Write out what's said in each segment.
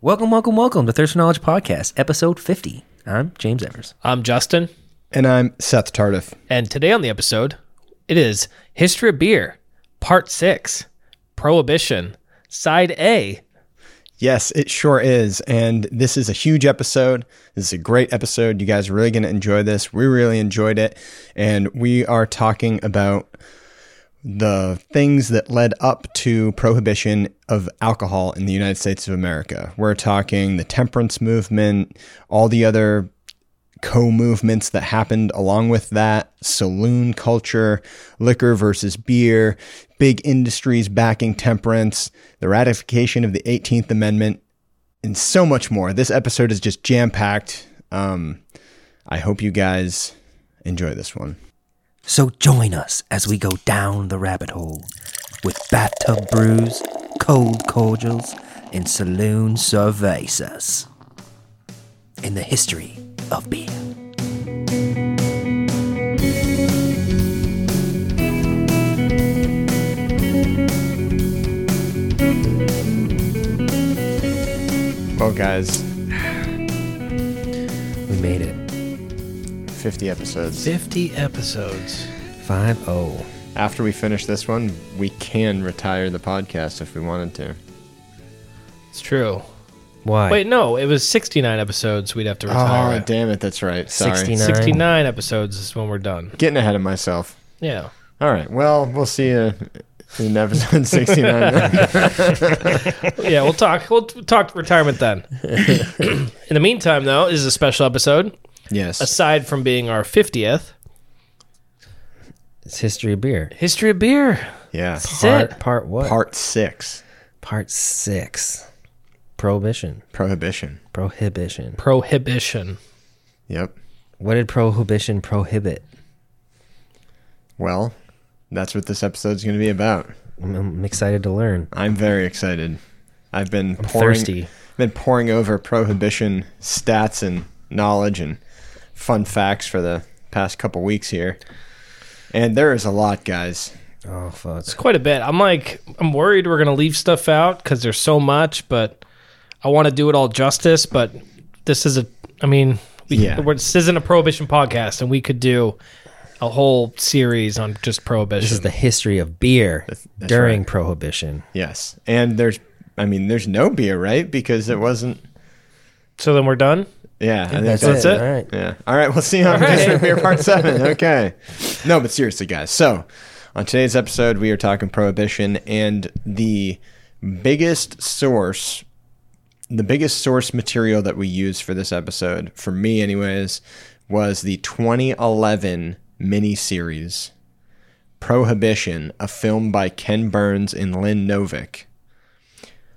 Welcome, welcome, welcome to Thirst for Knowledge Podcast, episode 50. I'm James Evers. I'm Justin, And I'm Seth Tardiff. and today on the episode, it is History of Beer, Part 6, Prohibition, Side A. Yes, it sure is. And this is a huge episode. This is a great episode. You guys are really going to enjoy this. We really enjoyed it. And we are talking about the things that led up to prohibition of alcohol in the United States of America. We're talking the temperance movement, all the other co movements that happened along with that, saloon culture, liquor versus beer, big industries backing temperance, the ratification of the 18th Amendment, and so much more. This episode is just jam packed. Um, I hope you guys enjoy this one. So join us as we go down the rabbit hole with bathtub brews, cold cordials, and saloon cervezas in the history of beer. Well, guys, We made it. 50 episodes. 50 episodes. 5 0. After we finish this one, we can retire the podcast if we wanted to. It's true. Why? Wait, no, it was 69 episodes we'd have to retire. Oh, damn it. That's right. Sorry. 69. 69 episodes is when we're done. Getting ahead of myself. Yeah. All right. Well, we'll see you in episode 69. Yeah, we'll talk. We'll t- talk retirement then. In the meantime, though, this is a special episode. yes. Aside from being our 50th, It's history of beer. History of Beer. Yeah. That's it. Part, part what? Part six Part 6. Prohibition. Prohibition. Prohibition. Prohibition. Yep. What did prohibition prohibit? Well, that's what this episode's going to be about. I'm, I'm excited to learn. I'm very excited. I've been pouring, thirsty. Been pouring over prohibition stats and knowledge and fun facts for the past couple weeks here, and there is a lot, guys. Oh, fuck. quite a bit. I'm like, I'm worried we're gonna leave stuff out because there's so much, but I want to do it all justice. But this is a, I mean, we, Yeah. we're, this isn't a prohibition podcast, and we could do a whole series on just prohibition. This is the history of beer that's during prohibition. Yes, and there's, I mean, there's no beer, right? Because it wasn't. so then we're done. Yeah, I think that's it. All right. Yeah. All right. We'll see you on right. History of Beer Part 7. Okay. No, but seriously, guys. So, on today's episode, we are talking prohibition and the biggest source, the biggest source material that we used for this episode, for me, anyways, was the 2011 miniseries Prohibition, a film by Ken Burns and Lynn Novick,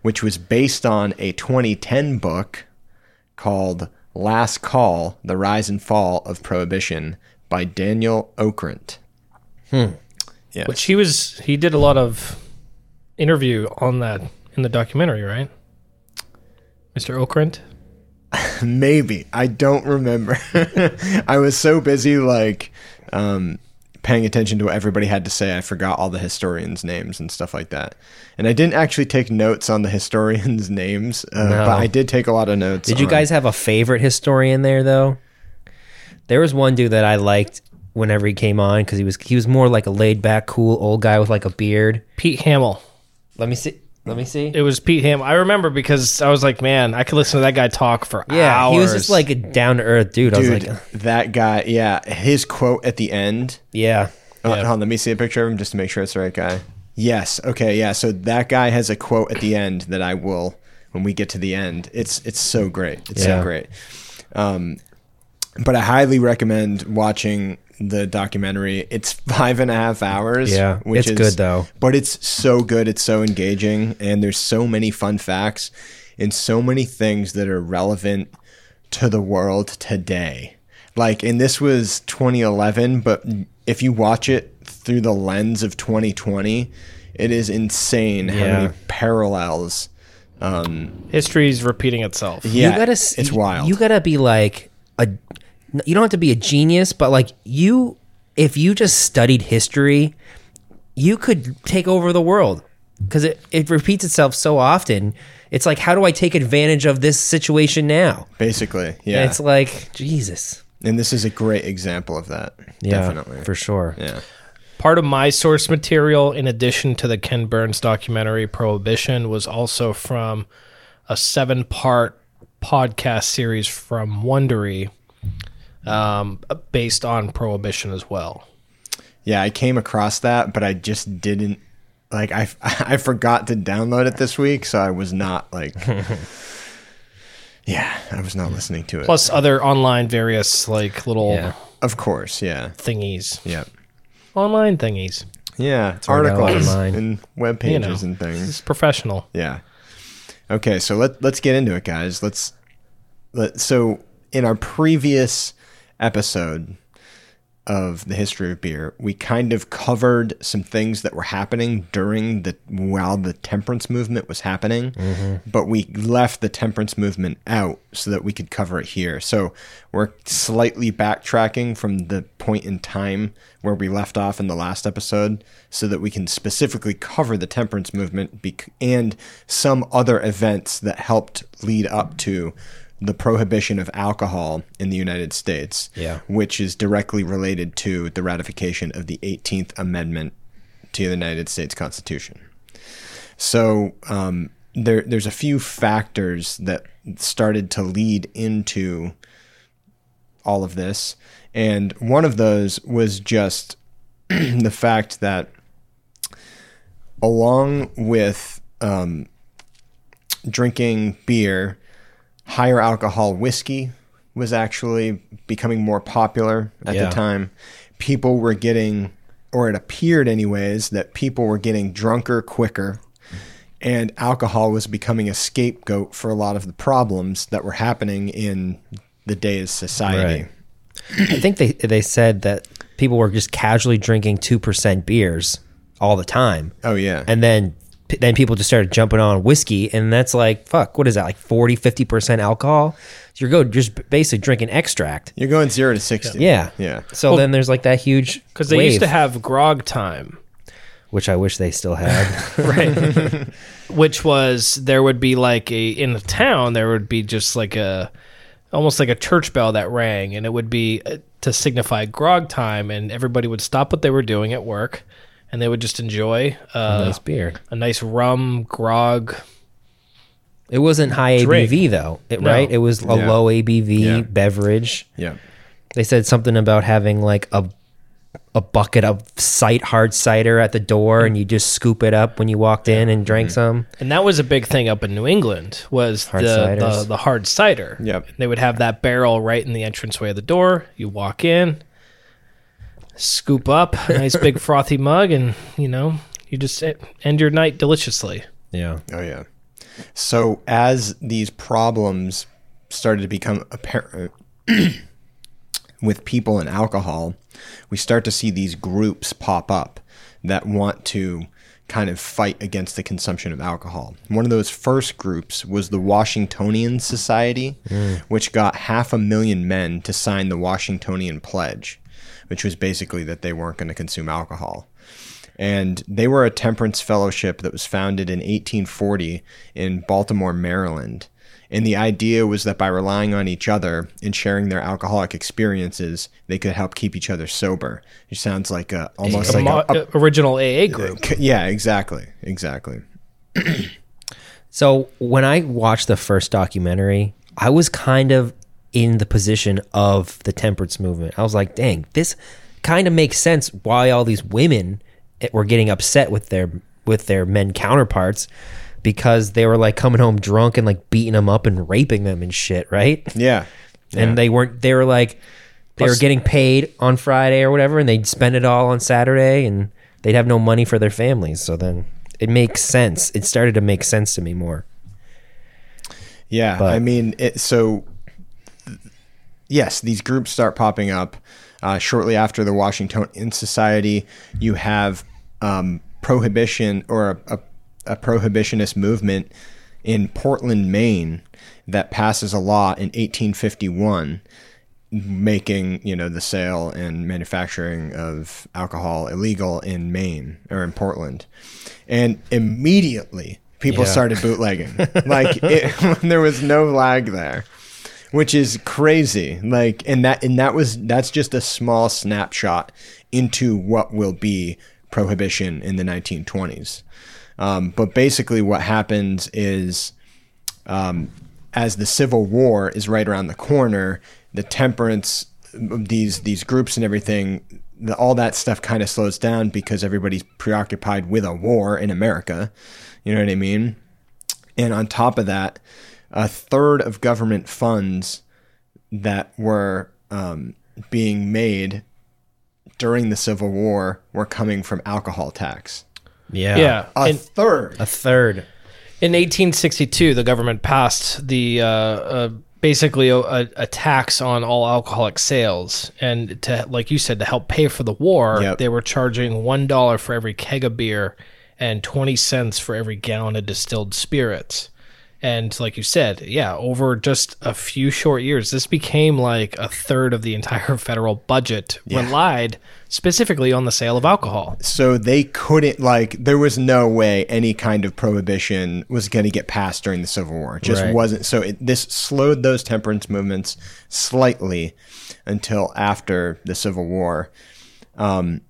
which was based on a 2010 book called Last Call The Rise and Fall of Prohibition by Daniel Okrent. Hmm. Yes. Which he was, he did a lot of interview on that in the documentary, right? Mr. Okrent. Maybe. I don't remember. I was so busy, like, um, paying attention to what everybody had to say. I forgot all the historians' names and stuff like that. And I didn't actually take notes on the historians' names, uh, No. but I did take a lot of notes. Did you on- guys have a favorite historian there though? There was one dude that I liked whenever he came on because he was he was more like a laid back, cool old guy with like a beard. Pete Hamill. Let me see. Let me see. It was Pete Hamill. I remember because I was like, man, I could listen to that guy talk for Yeah, hours. he was just like a down to earth dude. I was Dude, like, uh, that guy, yeah, his quote at the end yeah, Uh, hold on, let me see a picture of him just to make sure it's the right guy. Yes. Okay. Yeah. So that guy has a quote at the end that I will when we get to the end. It's it's so great. It's Yeah. so great. Um, but I highly recommend watching the documentary. It's five and a half hours. Yeah, it's good, though. But it's so good. It's so engaging, and there's so many fun facts and so many things that are relevant to the world today. Like, and this was 2011, but if you watch it through the lens of 2020, it is insane how Yeah. many parallels. history's repeating itself. Yeah, you gotta. s- it's wild. You gotta be like a. You don't have to be a genius, but like you, if you just studied history, you could take over the world. because it, it repeats itself so often. It's like, how do I take advantage of this situation now? Basically, And yeah. it's like, Jesus. And this is a great example of that. Definitely. For sure. yeah. Part of my source material, in addition to the Ken Burns documentary Prohibition, was also from a seven part podcast series from Wondery um, based on Prohibition as well. Yeah, I came across that, but I just didn't like I I forgot to download it this week, so I was not like Yeah, I was not listening to it. Plus other online various like little Yeah. of course, yeah. thingies, Yeah. online thingies. Yeah, hard out articles online. and web pages You know, It's and things. professional. Yeah. Okay, so let let's get into it, guys. Let's let so in our previous episode of the history of beer, we kind of covered some things that were happening during the while the temperance movement was happening, but we left the temperance movement out so that we could cover it here. So we're slightly backtracking from the point in time where we left off in the last episode so that we can specifically cover the temperance movement bec- and some other events that helped lead up to the prohibition of alcohol in the United States, Yeah. which is directly related to the ratification of the 18th Amendment to the United States Constitution. So um, there, there's a few factors that started to lead into all of this, and one of those was just the fact that along with um, drinking beer, higher alcohol whiskey was actually becoming more popular at Yeah. the time. People were getting, or it appeared, anyways, that people were getting drunker quicker. And alcohol was becoming a scapegoat for a lot of the problems that were happening in the day's society. Right. I think they, they said that people were just casually drinking 2% beers all the time. Oh, yeah. and then then people just started jumping on whiskey and that's like fuck what is that like 40 50% alcohol you're go just basically drinking extract You're going zero to sixty. yeah Yeah. so then there's like that huge Because they wave, used to have grog time. which i wish they still had right which was there would be like a in a town there would be just like a almost like a church bell that rang and it would be uh, to signify grog time and everybody would stop what they were doing at work and they would just enjoy uh, nice beer a nice rum grog it wasn't high Drink. abv though it, No. right it was a Yeah. low abv Yeah. beverage Yeah. they said something about having like a a bucket of sight hard cider at the door and you just scoop it up when you walked in and drank Mm-hmm. some and that was a big thing up in New England was Hard the, the ciders. the hard cider. Yep. They would have that barrel right in the entranceway of the door. You walk in, scoop up a nice big frothy mug, and you know you just e- end your night deliciously. yeah Oh yeah. So as these problems started to become apparent with people and alcohol, we start to see these groups pop up that want to kind of fight against the consumption of alcohol. One of those first groups was the Washingtonian Society, which got half a million men to sign the Washingtonian Pledge, which was basically that they weren't going to consume alcohol and they were a temperance fellowship that was founded in 1840 in Baltimore, Maryland. And the idea was that by relying on each other and sharing their alcoholic experiences, they could help keep each other sober. It sounds like a almost The like mo- a, uh, original AA group. yeah, exactly, exactly. So when I watched the first documentary, I was kind of in the position of the temperance movement. I was like, dang, this kind of makes sense why all these women eh, were getting upset with their with their men counterparts because they were like coming home drunk and like beating them up and raping them and shit, right? Yeah, And they weren't they were like they were Plus- getting paid on Friday or whatever and they'd spend it all on Saturday and they'd have no money for their families. So then it makes sense. It started to make sense to me more. Yeah, I mean, it, so th- yes, these groups start popping up uh, shortly after the Washingtonian Society. You have um, prohibition or a, a, a prohibitionist movement in Portland, Maine, that passes a law in 1851 making you know the sale and manufacturing of alcohol illegal in Maine or in Portland, and immediately people Yeah. started bootlegging. like it, there was no lag there, which is crazy. Like and that and that was that's just a small snapshot into what will be prohibition in the 1920s. Um, but basically, what happens is as the Civil War is right around the corner, the temperance, these these groups and everything, the, all that stuff kind of slows down because everybody's preoccupied with a war in America. You know what I mean? And on top of that, a third of government funds that were um, being made during the Civil War were coming from alcohol tax. Yeah. yeah. A And- third. A third. In 1862, the government passed the uh, uh, basically a, a, a tax on all alcoholic sales, and to like you said, to help pay for the war, Yep. they were charging one dollar for every keg of beer and twenty cents for every gallon of distilled spirits. And like you said, yeah, over just a few short years, this became like a third of the entire federal budget relied specifically on the sale of alcohol. so they couldn't like there was no way any kind of prohibition was going to get passed during the civil war it just Right. wasn't so it, this slowed those temperance movements slightly until after the civil war um,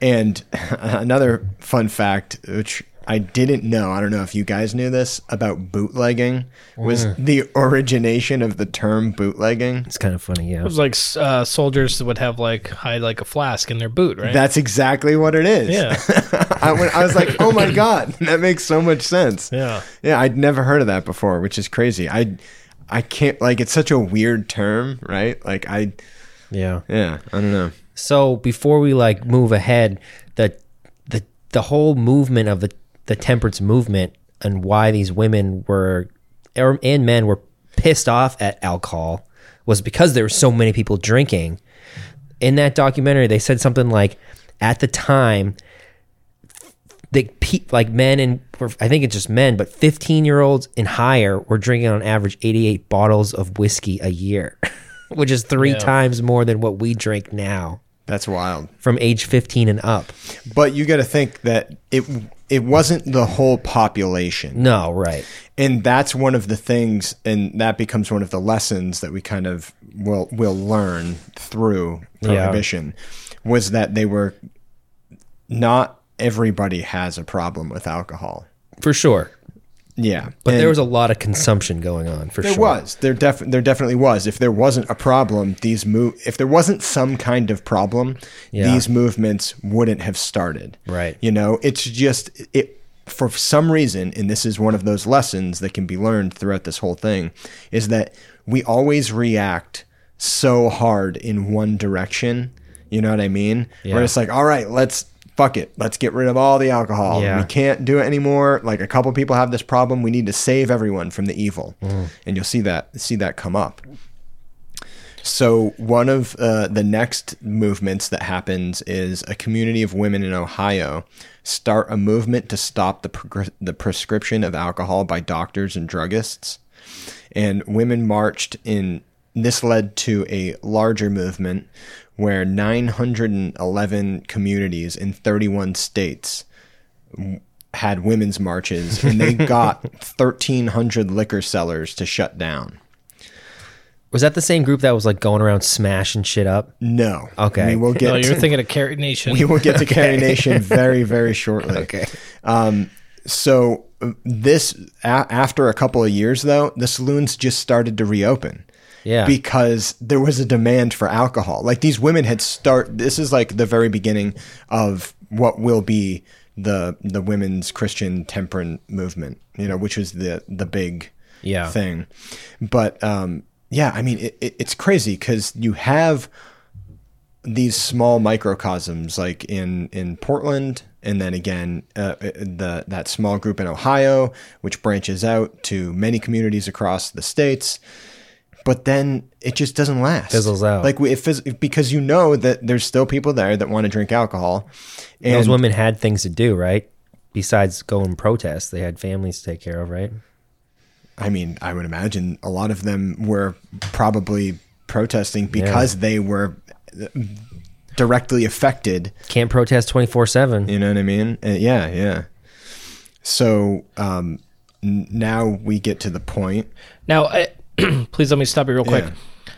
and another fun fact which i didn't know i don't know if you guys knew this about bootlegging was Mm. the origination of the term bootlegging It's kind of funny, yeah. It was like s- uh, soldiers would have like hide like a flask in their boot, right? that's exactly what it is yeah. I, went, I was like, oh my god, that makes so much sense. Yeah. yeah, I'd never heard of that before, which is crazy. I, I can't like it's such a weird term, right? Like I, Yeah. yeah, I don't know. So before we like move ahead, the the the whole movement of the the temperance movement and why these women were er, and men were pissed off at alcohol was because there were so many people drinking. In that documentary, they said something like, at the time, the pe- like men and or I think it's just men, but fifteen year olds and higher were drinking on average eighty eight bottles of whiskey a year, which is three times more than what we drink now That's wild. from age 15 and up. But you got to think that it it wasn't the whole population, No, right. and that's one of the things, and that becomes one of the lessons that we kind of will will learn through prohibition was that they were not everybody has a problem with alcohol. For sure. Yeah, But there was a lot of consumption going on for There sure. was. There def- there definitely was. If there wasn't a problem, these move if there wasn't some kind of problem, Yeah. these movements wouldn't have started. Right. You know, it's just it for some reason, and this is one of those lessons that can be learned throughout this whole thing, is that we always react so hard in one direction. You know what I mean? Where it's like, all right, let's fuck it. Let's get rid of all the alcohol. Yeah. We can't do it anymore. Like a couple people have this problem. We need to save everyone from the evil. And you'll see that see that come up. So one of uh, the next movements that happens is a community of women in Ohio start a movement to stop the pregr- the prescription of alcohol by doctors and druggists, and women marched in. This led to a larger movement where 911 communities in 31 states w- had women's marches, and they got 1,300 liquor sellers to shut down. Was that the same group that was like going around smashing shit up? No. Okay. We will get No, Oh, you're to- thinking of Carrot Nation. we will get to Carrie Nation very, very shortly. Okay. So uh, this a- after a couple of years though, the saloons just started to reopen. Yeah. Because there was a demand for alcohol. Like these women had start this is like the very beginning of what will be the the women's Christian temperance movement, you know, which was the the big Yeah. thing. But um yeah, I mean it, it, it's crazy cuz you have these small microcosms like in in Portland and then again uh, the that small group in Ohio which branches out to many communities across the states but then it just doesn't last Fizzles out. like we- it fizz- because you know that there's still people there that want to drink alcohol and Those women had things to do, right? Besides go and protest, they had families to take care of, right? I mean I would imagine a lot of them were probably pr- protesting because they were directly affected. Can't protest 24 7. You know what I mean? Uh, yeah, yeah. So um, n- now we get to the point. Now, I, please let me stop you real quick. Yeah.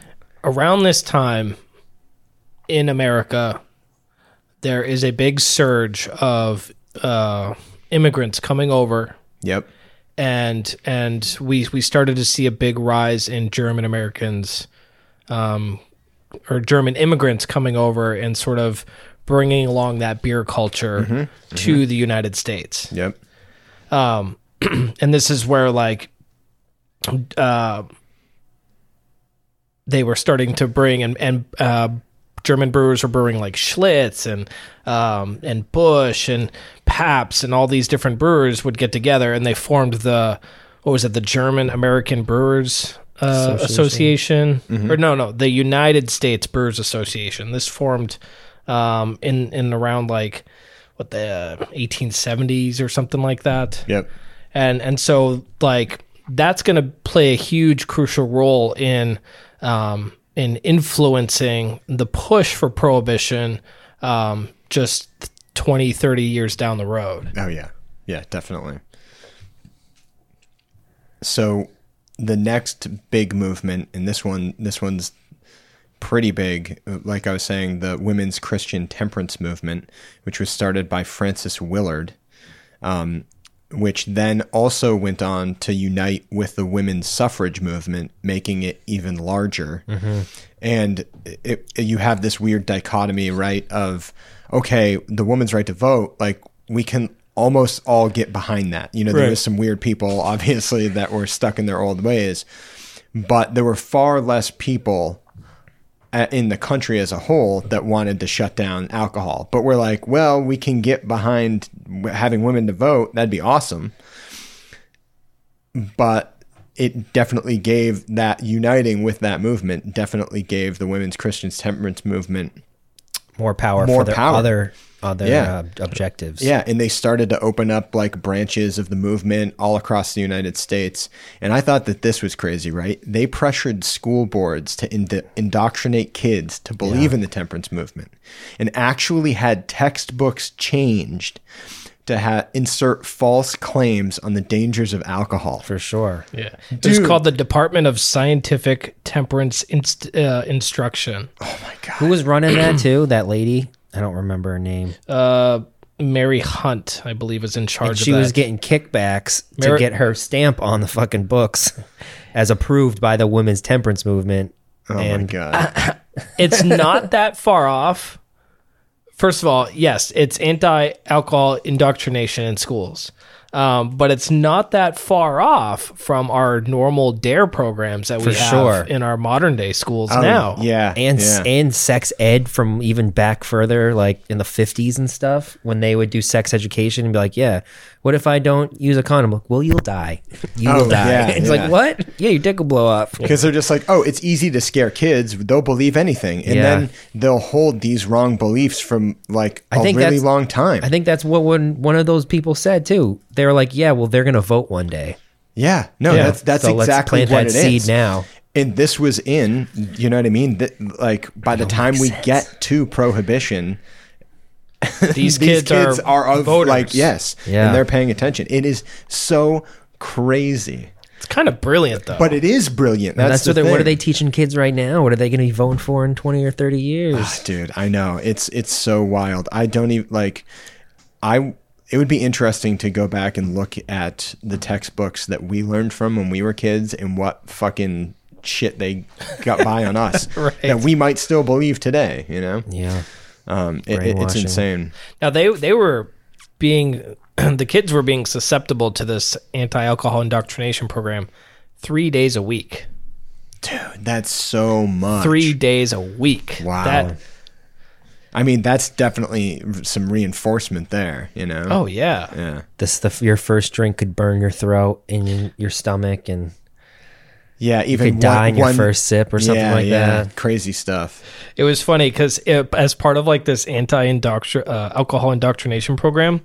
Around this time in America, there is a big surge of uh, immigrants coming over, Yep. and and we we started to see a big rise in German Americans, um, or German immigrants coming over and sort of bringing along that beer culture to the United States Yep. and this is where like uh they were starting to bring and and uh German brewers were brewing like Schlitz and um, and Bush and Paps and all these different brewers would get together and they formed the what was it the German American Brewers uh, Association, or no no the United States Brewers Association. This formed um, in in around like what the 1870s or something like that Yep. and and so like that's going to play a huge crucial role in um, in influencing the push for prohibition um, just 20 30 years down the road Oh yeah, yeah, definitely. So the next big movement, and this one, this one's pretty big. Like I was saying, the women's Christian temperance movement, which was started by Frances Willard, um, which then also went on to unite with the women's suffrage movement, making it even larger. And it, it- you have this weird dichotomy, right? Of okay, the woman's right to vote, like we can almost all get behind that. You know, there Right. was some weird people, obviously, that were stuck in their old ways, but there were far less people a- in the country as a whole that wanted to shut down alcohol. But we're like, well, we can get behind w- having women to vote. That'd be awesome. But it definitely gave that uniting with that movement definitely gave the women's Christian temperance movement. More power More for their power. other, other Yeah. uh, objectives. Yeah. And they started to open up like branches of the movement all across the United States. And I thought that this was crazy, right? They pressured school boards to ind- indoctrinate kids to believe in the temperance movement and actually had textbooks changed to ha- insert false claims on the dangers of alcohol. For sure. yeah it was Dude. called the department of scientific temperance Inst- uh, instruction Who was running that too? That lady? I don't remember her name. uh, mary hunt i believe is in charge she of that. was getting kickbacks Merit- to get her stamp on the fucking books as approved by the women's temperance movement. Oh my and God. it's not that far off. First of all, yes, it's anti-alcohol indoctrination in schools, um, but it's not that far off from our normal Dare E programs that we have sure. in our modern day schools now. Um, Oh, Yeah. and yeah. and sex ed from even back further, like in the fifties and stuff, when they would do sex education and be like, "Yeah, what if I don't use a condom? Like, well, you'll die. You Oh, will die." yeah, it's yeah. like what? Yeah, your dick will blow up. because they're just like, oh, it's easy to scare kids; they'll believe anything, and Yeah. then they'll hold these wrong beliefs from like a think really that's- long time. I think that's what one one of those people said too. They were like, "Yeah, well, they're gonna vote one day." yeah, no, Yeah. that's that's So let's exactly plant what that it is. seed now. And this was in, you know what I mean? That, like by the time we get to prohibition, These, these kids, kids are, are, of voters. like yes, Yeah. and they're paying attention. It is so crazy, it's kind of brilliant though. but it is brilliant. That's, That's, the what they're. What are thing. they teaching kids right now? What are they gonna be voting for in twenty or thirty years? dude i know it's it's so wild i don't even like i it would be interesting to go back and look at the textbooks that we learned from when we were kids and what fucking shit they got by on us that we might still believe today you know yeah. um it, it- it's Brainwashing. insane now they they were being the kids were being susceptible to this anti-alcohol indoctrination program three days a week. that's so much Three days a week. Wow. That, i mean that's definitely r- some reinforcement there you know oh yeah. yeah this the your first drink could burn your throat and your stomach and yeah even could die in your first sip or something yeah, like yeah, that. crazy stuff It was funny because as part of like this anti-indoctr uh, alcohol indoctrination program,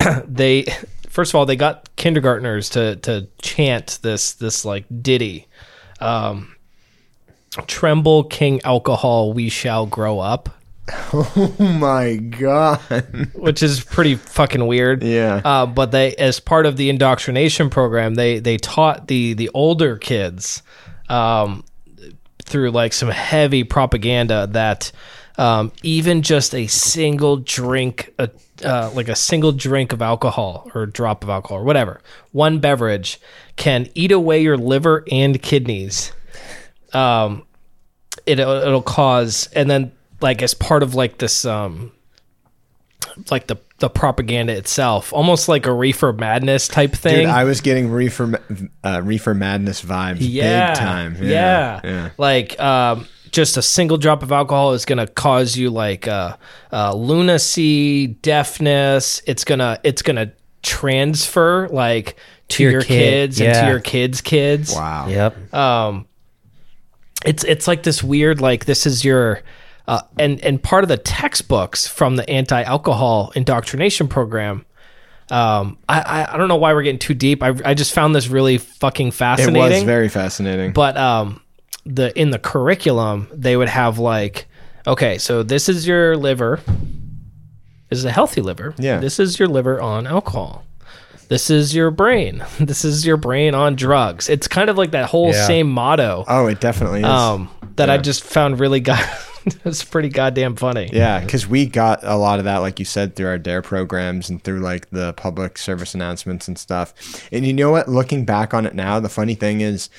they first of all they got kindergartners to to chant this this like ditty, um, Tremble, King Alcohol, We Shall Grow Up, Oh my god. which is pretty fucking weird. Yeah. Uh, but they, as part of the indoctrination program, they they taught the the older kids um, through like some heavy propaganda that um, even just a single drink, a, uh, like a single drink of alcohol or drop of alcohol or whatever, one beverage can eat away your liver and kidneys. Um, it it'll cause, and then like as part of like this um like the the propaganda itself, almost like a reefer madness type thing. Dude, I was getting reefer ma- uh, reefer madness vibes yeah, big time. Yeah, yeah. like um, just a single drop of alcohol is going to cause you like uh, uh, lunacy, deafness. It's gonna it's gonna transfer like to your your, kid, kids and yeah. to your kids' kids. Wow. Yep. It's it's like this weird like this is your. Uh, and and part of the textbooks from the anti-alcohol indoctrination program, um, I, I I don't know why we're getting too deep. I I just found this really fucking It fascinating. was very fascinating. but um the in the curriculum they would have like okay so this is your liver this is a healthy liver Yeah. this is your liver on alcohol this is your brain this is your brain on drugs it's kind of like that whole Yeah. same motto oh, it definitely is. um that i just found really god it's pretty goddamn funny Yeah, because we got a lot of that, like you said, through our DARE programs and through like the public service announcements and stuff. And you know what? Looking back on it now, the funny thing is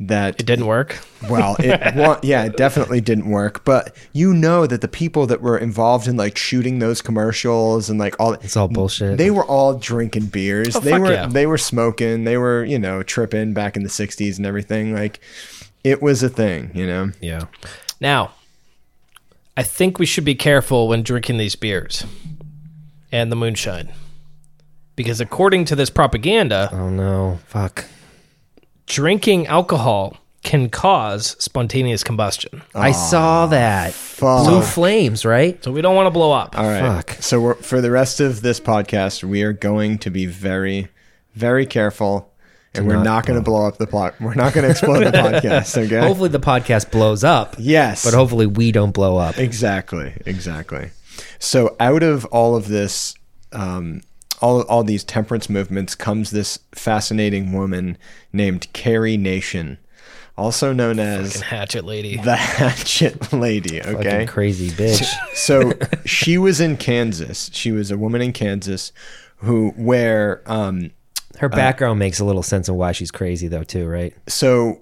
that it didn't work well, it wa- yeah, it definitely didn't work. But you know that the people that were involved in like shooting those commercials and like all It's all bullshit. Uh, They were all drinking beers. Oh, they fuck were yeah. they were smoking. They were you know tripping back in the '60s and everything. Like it was a thing, you know. yeah. now i think we should be careful when drinking these beers and the moonshine because according to this propaganda Oh no. Fuck. drinking alcohol can cause spontaneous combustion. I saw that. Fuck. Blue flames, right? So we don't want to blow up. All right. Fuck. So we're, for the rest of this podcast, we are going to be very, very careful, and we're not going to blow up the plot. We're not going to explode the podcast. Okay. Hopefully the podcast blows up. yes. But hopefully we don't blow up. Exactly, exactly. So out of all of this, um, all all these temperance movements comes this fascinating woman named Carrie Nation, also known as Hatchet lady. the Hatchet Lady. Fucking Okay, crazy bitch. so she was in Kansas. She was a woman in Kansas who where um, Her background makes a little sense of why she's crazy though too, right? so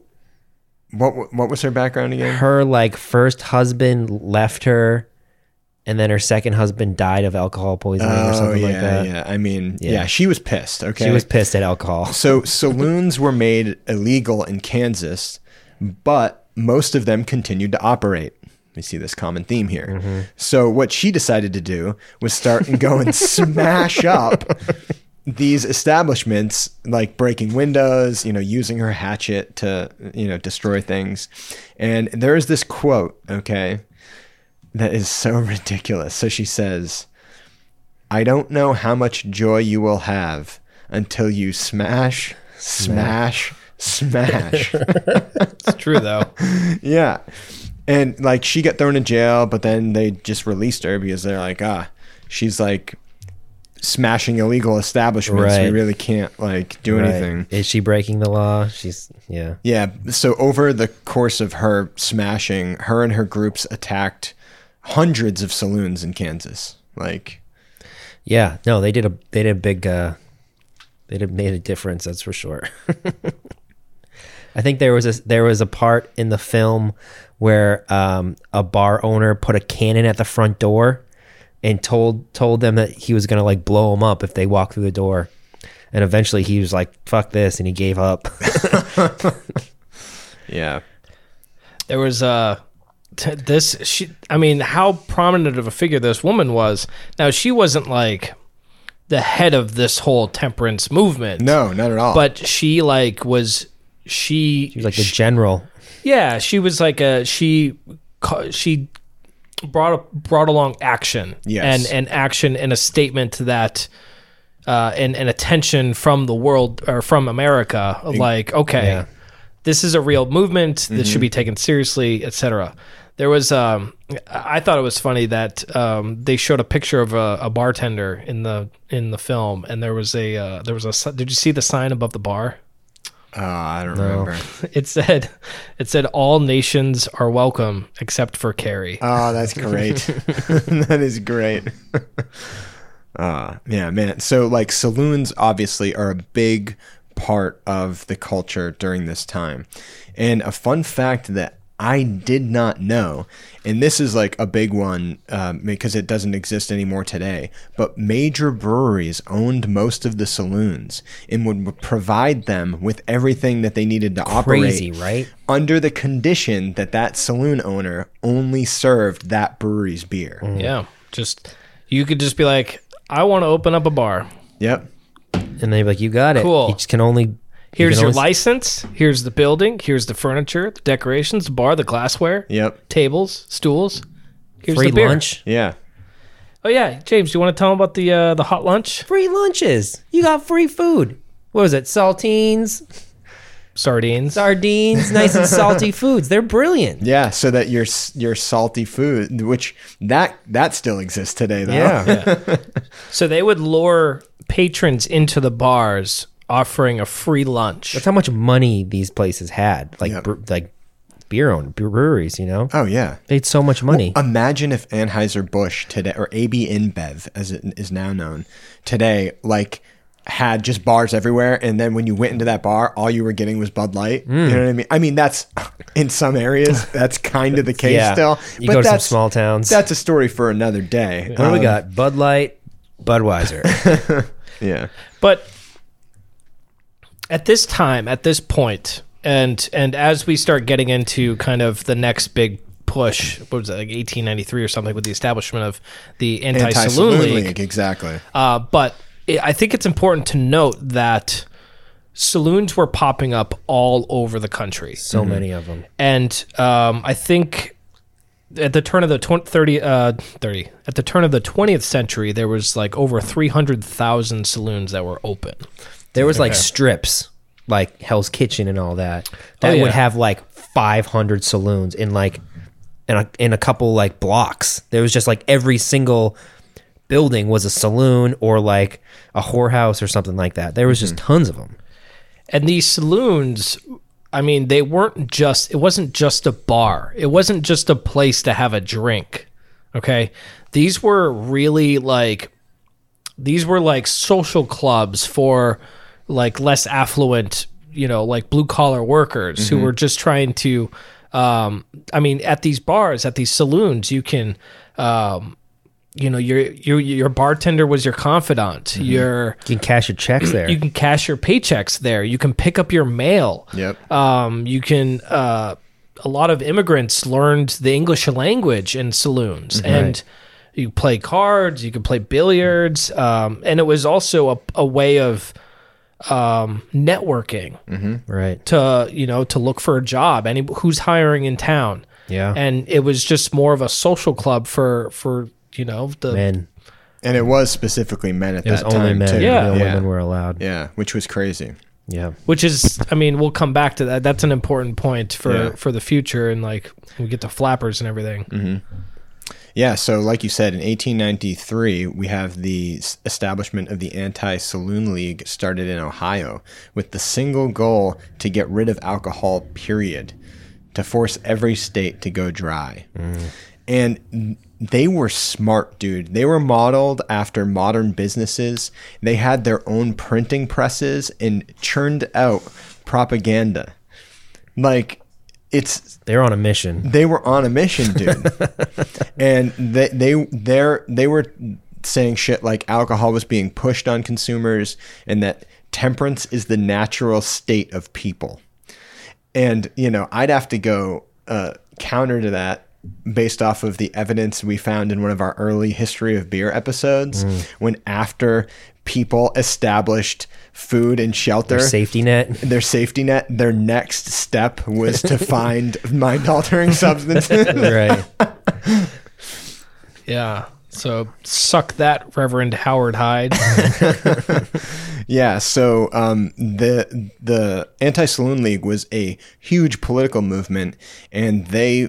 what w- what was her background again? Her like first husband left her and then her second husband died of alcohol poisoning or something Oh, yeah, like that. yeah. I mean, yeah. Yeah. she was pissed. Okay, She was pissed at alcohol. So saloons were made illegal in Kansas, but most of them continued to operate. We see this common theme here. So what she decided to do was start and go and smash up these establishments, like breaking windows, you know, using her hatchet to, you know, destroy things. And there is this quote, okay, that is so ridiculous. So she says, I don't know how much joy you will have until you smash, smash, smash. It's true though. yeah. And like she got thrown in jail, but then they just released her because they're like, ah, she's like smashing illegal establishments. We Right. really can't like do Right. anything. Is she breaking the law? She's yeah. Yeah. So over the course of her smashing, her and her groups attacked hundreds of saloons in Kansas. Like, Yeah, no, they did a they did a big uh they did made a difference, that's for sure. I think there was a there was a part in the film where um a bar owner put a cannon at the front door and told told them that he was going to like blow them up if they walked through the door. And eventually he was like fuck this and he gave up. yeah. There was uh t- this she I mean how prominent of a figure this woman was. Now she wasn't like the head of this whole temperance movement. No, not at all. But she like was she, He was like the general. Yeah, she was like a she ca- she brought brought along action. Yes. And and action and a statement that uh and and attention from the world or from America like okay. this is a real movement that should be taken seriously, etc. There was, um, I I thought it was funny that um, they showed a picture of a, a bartender in the in the film, and there was a uh, there was a. si- Did you see the sign above the bar? Oh, I don't remember. It said, it said, all nations are welcome except for Carrie. Uh, Oh, that's great. that is great. Ah, yeah, man. So like saloons obviously are a big part of the culture during this time. And a fun fact that I did not know, and this is like a big one um, because it doesn't exist anymore today, but major breweries owned most of the saloons and would provide them with everything that they needed to operate Crazy, right? under the condition that that saloon owner only served that brewery's beer. Yeah, just you could just be like, I want to open up a bar. Yep. And they're like, you got it. Cool. You just can only. you Here's can your only- license. Here's the building. Here's the furniture, the decorations, the bar, the glassware, Yep. tables, stools. Here's Free the beer. lunch. Yeah. Oh yeah, James, you want to tell them about the uh, the hot lunch? Free lunches. You got free food. What was it? Saltines, Sardines. sardines, nice and salty foods. They're brilliant. Yeah, so that your s- your salty food, which that that still exists today though. So they would lure patrons into the bars, offering a free lunch. That's how much money these places had. Like, bre- like beer owned breweries, you know? Oh yeah. They had so much money. Imagine if Anheuser-Busch today or AB InBev as it is now known today like had just bars everywhere and then when you went into that bar all you were getting was Bud Light. Hmm. You know what I mean? I mean that's in some areas that's kind of the case Yeah. still. You go to some that's- small towns. That's a story for another day. what do we Um, got? Bud Light, Budweiser. Yeah. But at this time, at this point, and and as we start getting into kind of the next big push, what was that, like 1893 or something, with the establishment of the anti saloon league. Exactly. Uh, but it, I think it's important to note that saloons were popping up all over the country so many of them. and um, I think at the turn of the twen- 30, uh, 30 at the turn of the 20th century there was like over 300,000 saloons that were open. There was like strips, like Hell's Kitchen and all that. That yeah. would have like 500 saloons in like in a, in a couple like blocks. There was just like every single building was a saloon or like a whorehouse or something like that. There was just tons of them. And these saloons I mean they weren't just it wasn't just a bar. It wasn't just a place to have a drink. Okay? These were really like these were like social clubs for like less affluent you know like blue collar workers who were just trying to um i mean at these bars at these saloons you can um you know your your your bartender was your confidant your You can cash your checks there. you can cash your paychecks there you can pick up your mail Yep. um you can uh a lot of immigrants learned the english language in saloons and you play cards you could play billiards um and it was also a, a way of um networking right. to you know to look for a job any who's hiring in town Yeah. and it was just more of a social club for for you know the Men. And it was specifically men at It was that time only men. too. Yeah. The only Yeah. men were allowed. Yeah, which was crazy. Yeah. which is i mean we'll come back to that that's an important point for Yeah. for the future and like we get to flappers and everything Yeah, so like you said, in 1893, we have the s- establishment of the Anti Saloon League started in Ohio with the single goal to get rid of alcohol, period, to force every state to go dry. And they were smart, dude. They were modeled after modern businesses. They had their own printing presses and churned out propaganda. Like, it's They're on a mission. they were on a mission, dude. and they they they're, they were saying shit like alcohol was being pushed on consumers and that temperance is the natural state of people. And you know, I'd have to go uh, counter to that based off of the evidence we found in one of our early history of beer episodes when after people established food and shelter Safety net. their safety net, their next step was to find mind altering substances. right. Yeah. So suck that, Reverend Howard Hyde. Yeah, so um, the the anti saloon league was a huge political movement, and they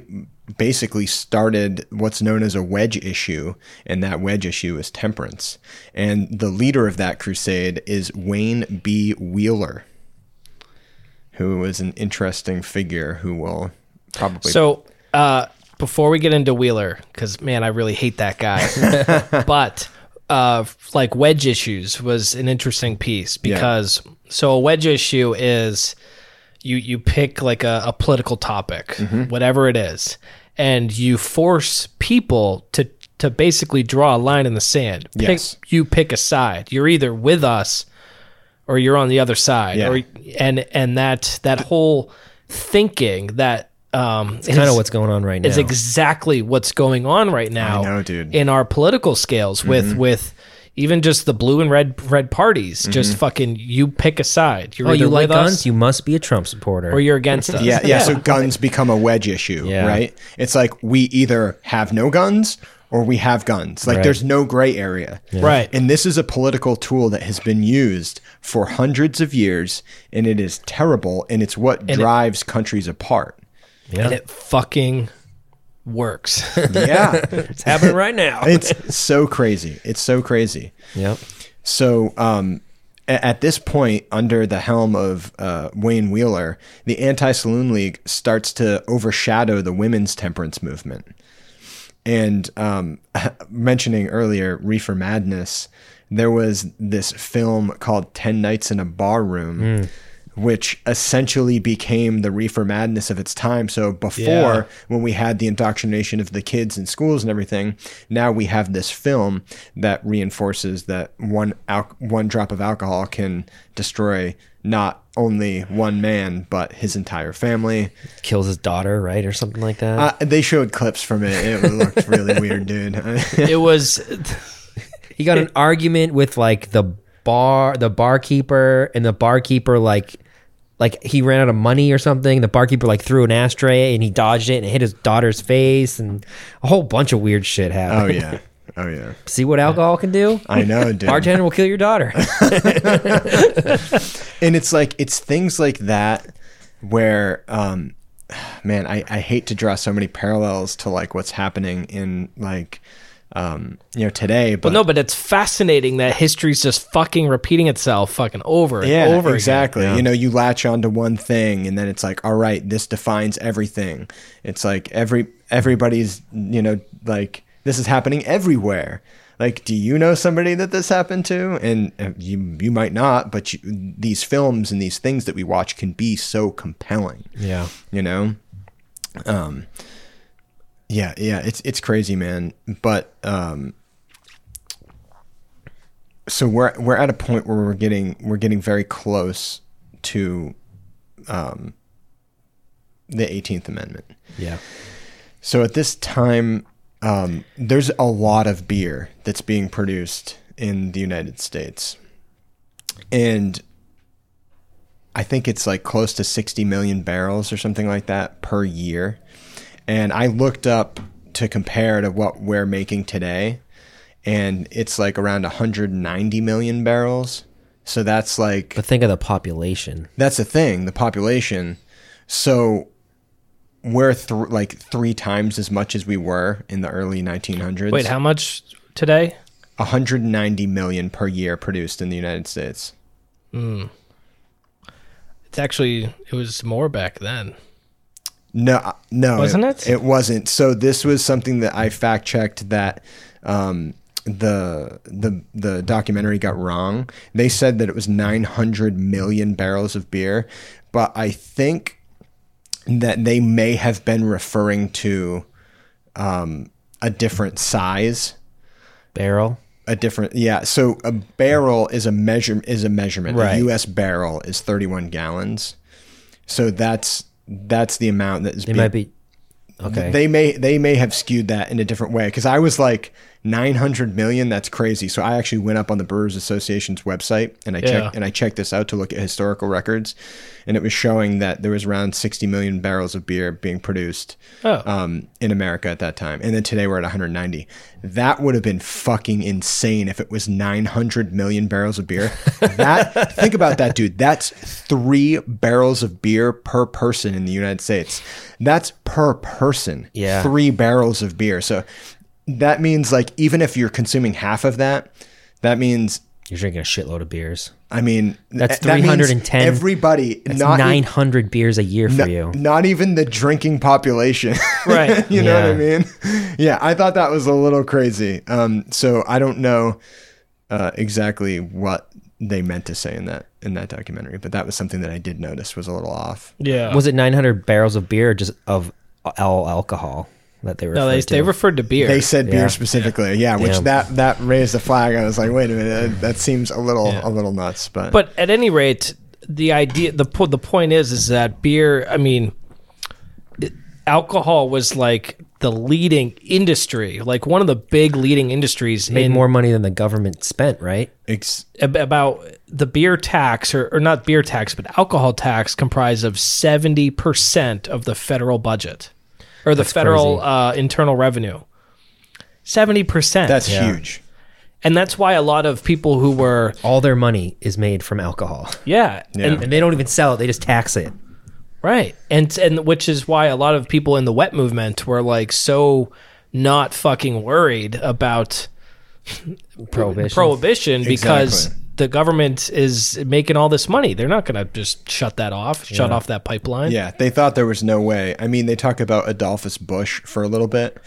basically started what's known as a wedge issue, and that wedge issue is temperance. And the leader of that crusade is Wayne B. Wheeler, who is an interesting figure who will probably So, uh, before we get into Wheeler, because man, I really hate that guy. but uh, like wedge issues was an interesting piece because so a wedge issue is you you pick like a, a political topic, Mm-hmm. whatever it is, and you force people to to basically draw a line in the sand. Pick, Yes. you pick a side. You're either with us or you're on the other side Yeah. or and and that that whole thinking that um it's kind of what's going on right now. is exactly what's going on right now know, dude. Mm-hmm. in our political scales with with even just the blue and red red parties just fucking you pick a side you're oh, either you like with guns? us You must be a Trump supporter. or you're against us Yeah, yeah. So guns become a wedge issue, Yeah. right? It's like we either have no guns or we have guns. Like Right. there's no gray area. Right. And this is a political tool that has been used for hundreds of years and it is terrible and it's what drives countries apart. and it fucking works Yeah. it's happening right now. it's so crazy. It's so crazy. yep. So, um, a- at this point, under the helm of uh, Wayne Wheeler, the Anti Saloon League starts to overshadow the women's temperance movement. And um, mentioning earlier, Reefer Madness, there was this film called 10 Nights in a Bar Room. Which essentially became the reefer madness of its time. So before, Yeah. when we had the indoctrination of the kids in schools and everything, now we have this film that reinforces that one al- one drop of alcohol can destroy not only one man but his entire family. Kills his daughter, right, or something like that. Uh, they showed clips from it. It looked really weird, dude. it was he got an argument with like the bar, the barkeeper, and the barkeeper like. Like he ran out of money or something. The barkeeper like threw an ashtray and he dodged it and it hit his daughter's face and a whole bunch of weird shit happened. oh yeah, oh yeah. See what alcohol can do? I know, dude. Bartender will kill your daughter. and it's like it's things like that where um man I, I hate to draw so many parallels to like what's happening in like um you know today but well no but it's fascinating that history's just fucking repeating itself fucking over and yeah over exactly you know you latch onto one thing and then it's like all right this defines everything it's like every everybody's you know like this is happening everywhere like do you know somebody that this happened to and uh, you you might not but you, these films and these things that we watch can be so compelling yeah. you know um yeah yeah it's it's crazy man but um so we're we're at a point where we're getting we're getting very close to um the 18th amendment Yeah. so at this time um there's a lot of beer that's being produced in the united states and I think it's like close to 60 million barrels or something like that per year. And I looked up to compare to what we're making today, and it's like around 190 million barrels. So that's like But think of the population. that's the thing, the population. So we're th- like three times as much as we were in the early 1900s. wait how much today 190 million per year produced in the United States. it's actually it was more back then No, uh, no, Wasn't it? It wasn't. So this was something that I fact checked that um, the the the documentary got wrong. They said that it was 900 million barrels of beer, but I think that they may have been referring to um, a different size. Barrel. A different, yeah. So a barrel is a measure is a measurement. A Right. U.S. barrel is 31 gallons. So that's that's the amount that is They being might be. Okay. they may they may have skewed that in a different way because I was like 900 million. That's crazy. So I actually went up on the Brewers Association's website and I Yeah. checked and I checked this out to look at historical records, and it was showing that there was around 60 million barrels of beer being produced Oh. Uh, um, in America at that time, and then today we're at 190. That would have been fucking insane if it was 900 million barrels of beer. That think about that, dude. That's three barrels of beer per person in the United States. That's per person. Yeah. three barrels of beer. So that means like even if you're consuming half of that, that means You're drinking a shitload of beers. I mean That's that means 310. Everybody, It's not e- 900 beers a year for you. not even the drinking population. Right. you know what I Yeah. mean? Yeah, I thought that was a little crazy. Um, so I don't know uh, exactly what they meant to say in that in that documentary, but that was something that I did notice was a little off. yeah. Was it 900 barrels of beer or just of all alcohol that they were? no, they, they referred to beer. They said Yeah. beer specifically, yeah, which Yeah. that that raised the flag. I was like, wait a minute, that seems a little a little nuts, but, but at any rate, the idea the po- the point is is that beer. I mean, it- alcohol was like the leading industry, like one of the big leading industries made in more money than the government spent, right? ex- ab- about the beer tax or, or not beer tax but alcohol tax comprised of 70% of the federal budget or the federal crazy. uh, internal revenue 70% that's huge. and that's why a lot of people who were All their money is made from alcohol. yeah, and- And they don't even sell it, they just tax it. right and and which is why a lot of people in the wet movement were like so not fucking worried about Prohibition. prohibition because Exactly. the government is making all this money they're not going to just shut that off shut off that pipeline Yeah, they thought there was no way. I mean, they talk about Adolphus Bush for a little bit,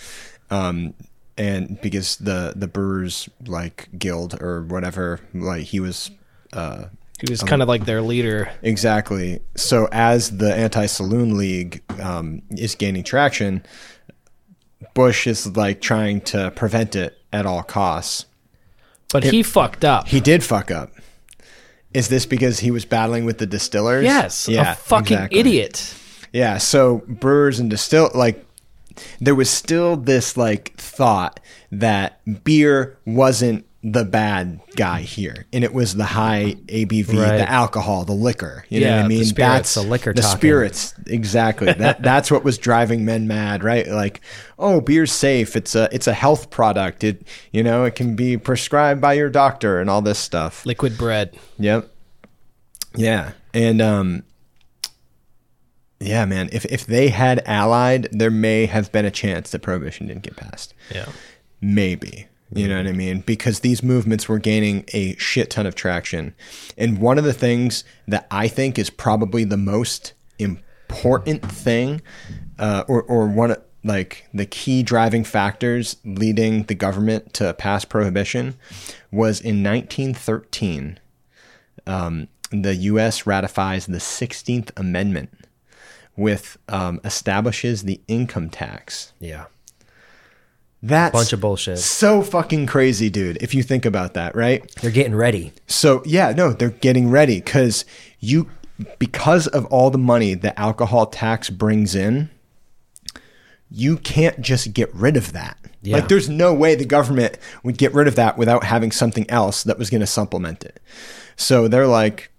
um, and because the the Brewers like Guild or whatever, like he was uh, He was kind of like their leader. exactly. So as the Anti Saloon League um, is gaining traction, Bush is like trying to prevent it at all costs. But he fucked up. He did fuck up. Is this because he was battling with the distillers? yes, a fucking exactly. idiot. Yeah, so brewers and distill like there was still this like thought that beer wasn't the bad guy here, and it was the high ABV, Right. the alcohol, the liquor. You know Yeah, what the I mean? spirits, the liquor the talking. spirits exactly. That that's what was driving men mad, right? Like, oh, beer's safe. It's a it's a health product. It you know it can be prescribed by your doctor and all this stuff. Liquid bread. Yep. Yeah. And um yeah, man, if if they had allied, there may have been a chance that prohibition didn't get passed. Yeah. Maybe. You know what I mean? Because these movements were gaining a shit ton of traction. And one of the things that I think is probably the most important thing, uh, or, or one of like the key driving factors leading the government to pass prohibition was in 1913, um, the U.S. ratifies the 16th Amendment, with um, establishes the income tax. Yeah. That's Bunch of bullshit. so fucking crazy, dude, if you think about that, right? They're getting ready. So, yeah, no, they're getting ready because you, because of all the money that alcohol tax brings in, you can't just get rid of that. Like, there's no way the government would get rid of that without having something else that was going to supplement it. So they're like,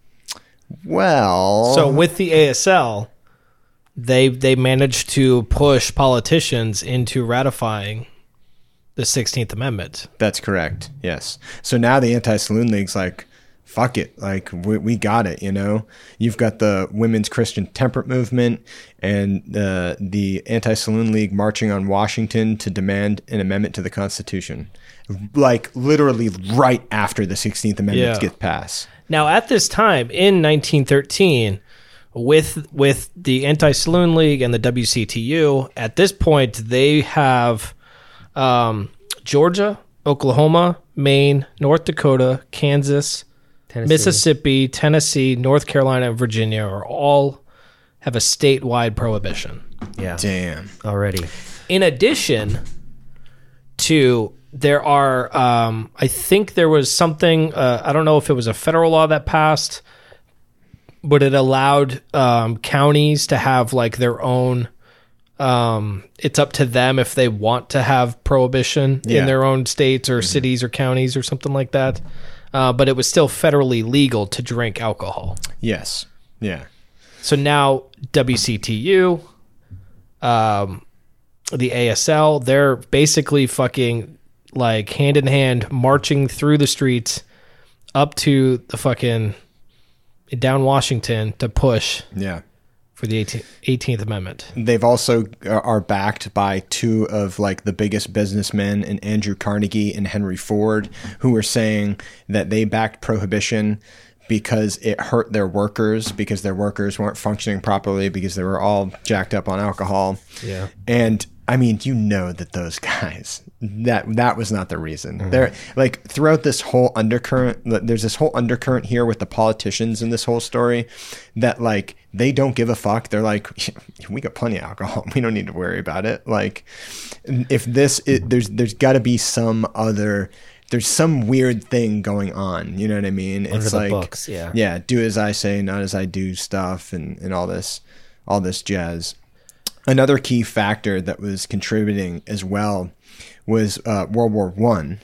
well, So with the ASL, they they managed to push politicians into ratifying the 16th Amendment. That's correct. Yes. So now the anti saloon league's like, fuck it. Like, we, we got it, you know? You've got the women's Christian temperate movement and uh, the anti saloon league marching on Washington to demand an amendment to the Constitution. Like, literally right after the 16th Amendment Yeah. gets passed. Now at this time in 1913 with with the Anti-Saloon League and the WCTU, at this point they have um, Georgia, Oklahoma, Maine, North Dakota, Kansas, Tennessee. Mississippi, Tennessee, North Carolina, and Virginia are all have a statewide prohibition. Yeah. Damn. Already. In addition to there are, um, I think there was something. Uh, I don't know if it was a federal law that passed, but it allowed um, counties to have like their own Um, it's up to them if they want to have prohibition Yeah. in their own states or cities or counties or something like that. Uh, but it was still federally legal to drink alcohol. Yes. Yeah. So now WCTU, um, the ASL, they're basically fucking like hand in hand marching through the streets up to the fucking down Washington to push Yeah. for the 18th, 18th Amendment. They've also uh, are backed by two of like the biggest businessmen, and Andrew Carnegie and Henry Ford, who are saying that they backed prohibition because it hurt their workers because their workers weren't functioning properly because they were all jacked up on alcohol. Yeah. And I mean, you know that those guys that that was not the reason. Mm-hmm. They're like throughout this whole undercurrent. th- There's this whole undercurrent here with the politicians in this whole story that like they don't give a fuck. They're like, we got plenty of alcohol. We don't need to worry about it. Like, if this it, there's there's got to be some other. There's some weird thing going on. You know what I mean? Under the books, yeah. Yeah. Do as I say, not as I do stuff, and and all this, all this jazz another key factor that was contributing as well was uh, World War One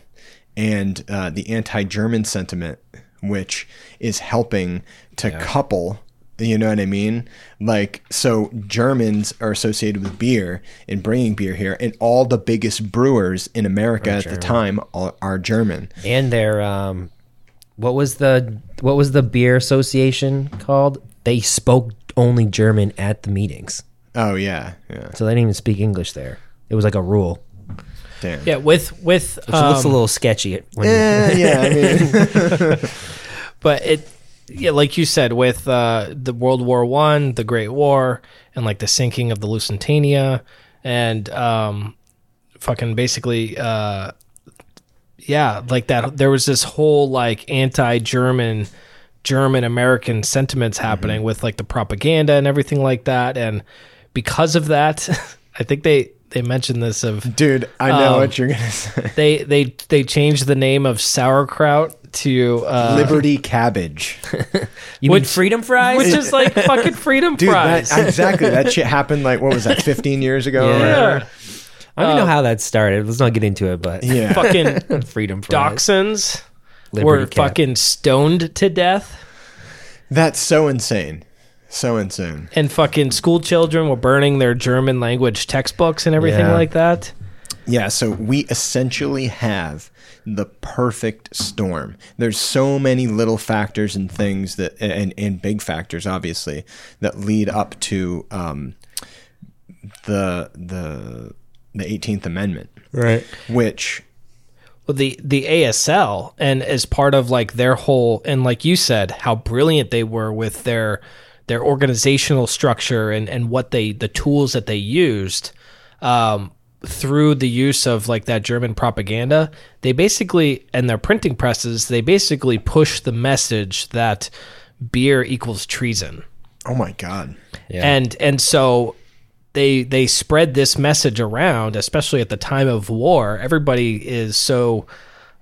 and uh, the anti-German sentiment, which is helping to couple. You know what I mean? Like, so Germans are associated with beer and bringing beer here, and all the biggest brewers in America at the time are, are German. and their um, what was the what was the beer association called? They spoke only German at the meetings, Oh yeah, yeah, so they didn't even speak English there. It was like a rule, damn. Yeah, with with which looks a little sketchy. When Eh, yeah, I mean, but it yeah like you said with uh the world war one the great war and like the sinking of the lusitania and um fucking basically uh yeah like that there was this whole like anti-german german american sentiments happening with like the propaganda and everything like that and because of that i think they they mentioned this of dude, I know Um, what you're gonna say. they they they changed the name of sauerkraut to uh Liberty cabbage. you mean Which- freedom fries? which is like fucking freedom Dude, fries. that, exactly. That shit happened like what was that, 15 years ago? or whatever? yeah. I don't even know how that started. Let's not get into it, but Um, yeah. fucking freedom fries. dachshunds Liberty were cap. fucking stoned to death, That's so insane. So insane. and fucking school children were burning their German language textbooks and everything Yeah. like that. Yeah, so we essentially have the perfect storm. There's so many little factors and things that, and, and big factors, obviously, that lead up to um, the the the 18th Amendment, Right. which Well, the the ASL and as part of like their whole and like you said, how brilliant they were with their their organizational structure and and what they the tools that they used um, through the use of like that German propaganda. They basically and their printing presses they basically push the message that beer equals treason oh my god, and and so they they spread this message around especially at the time of war everybody is so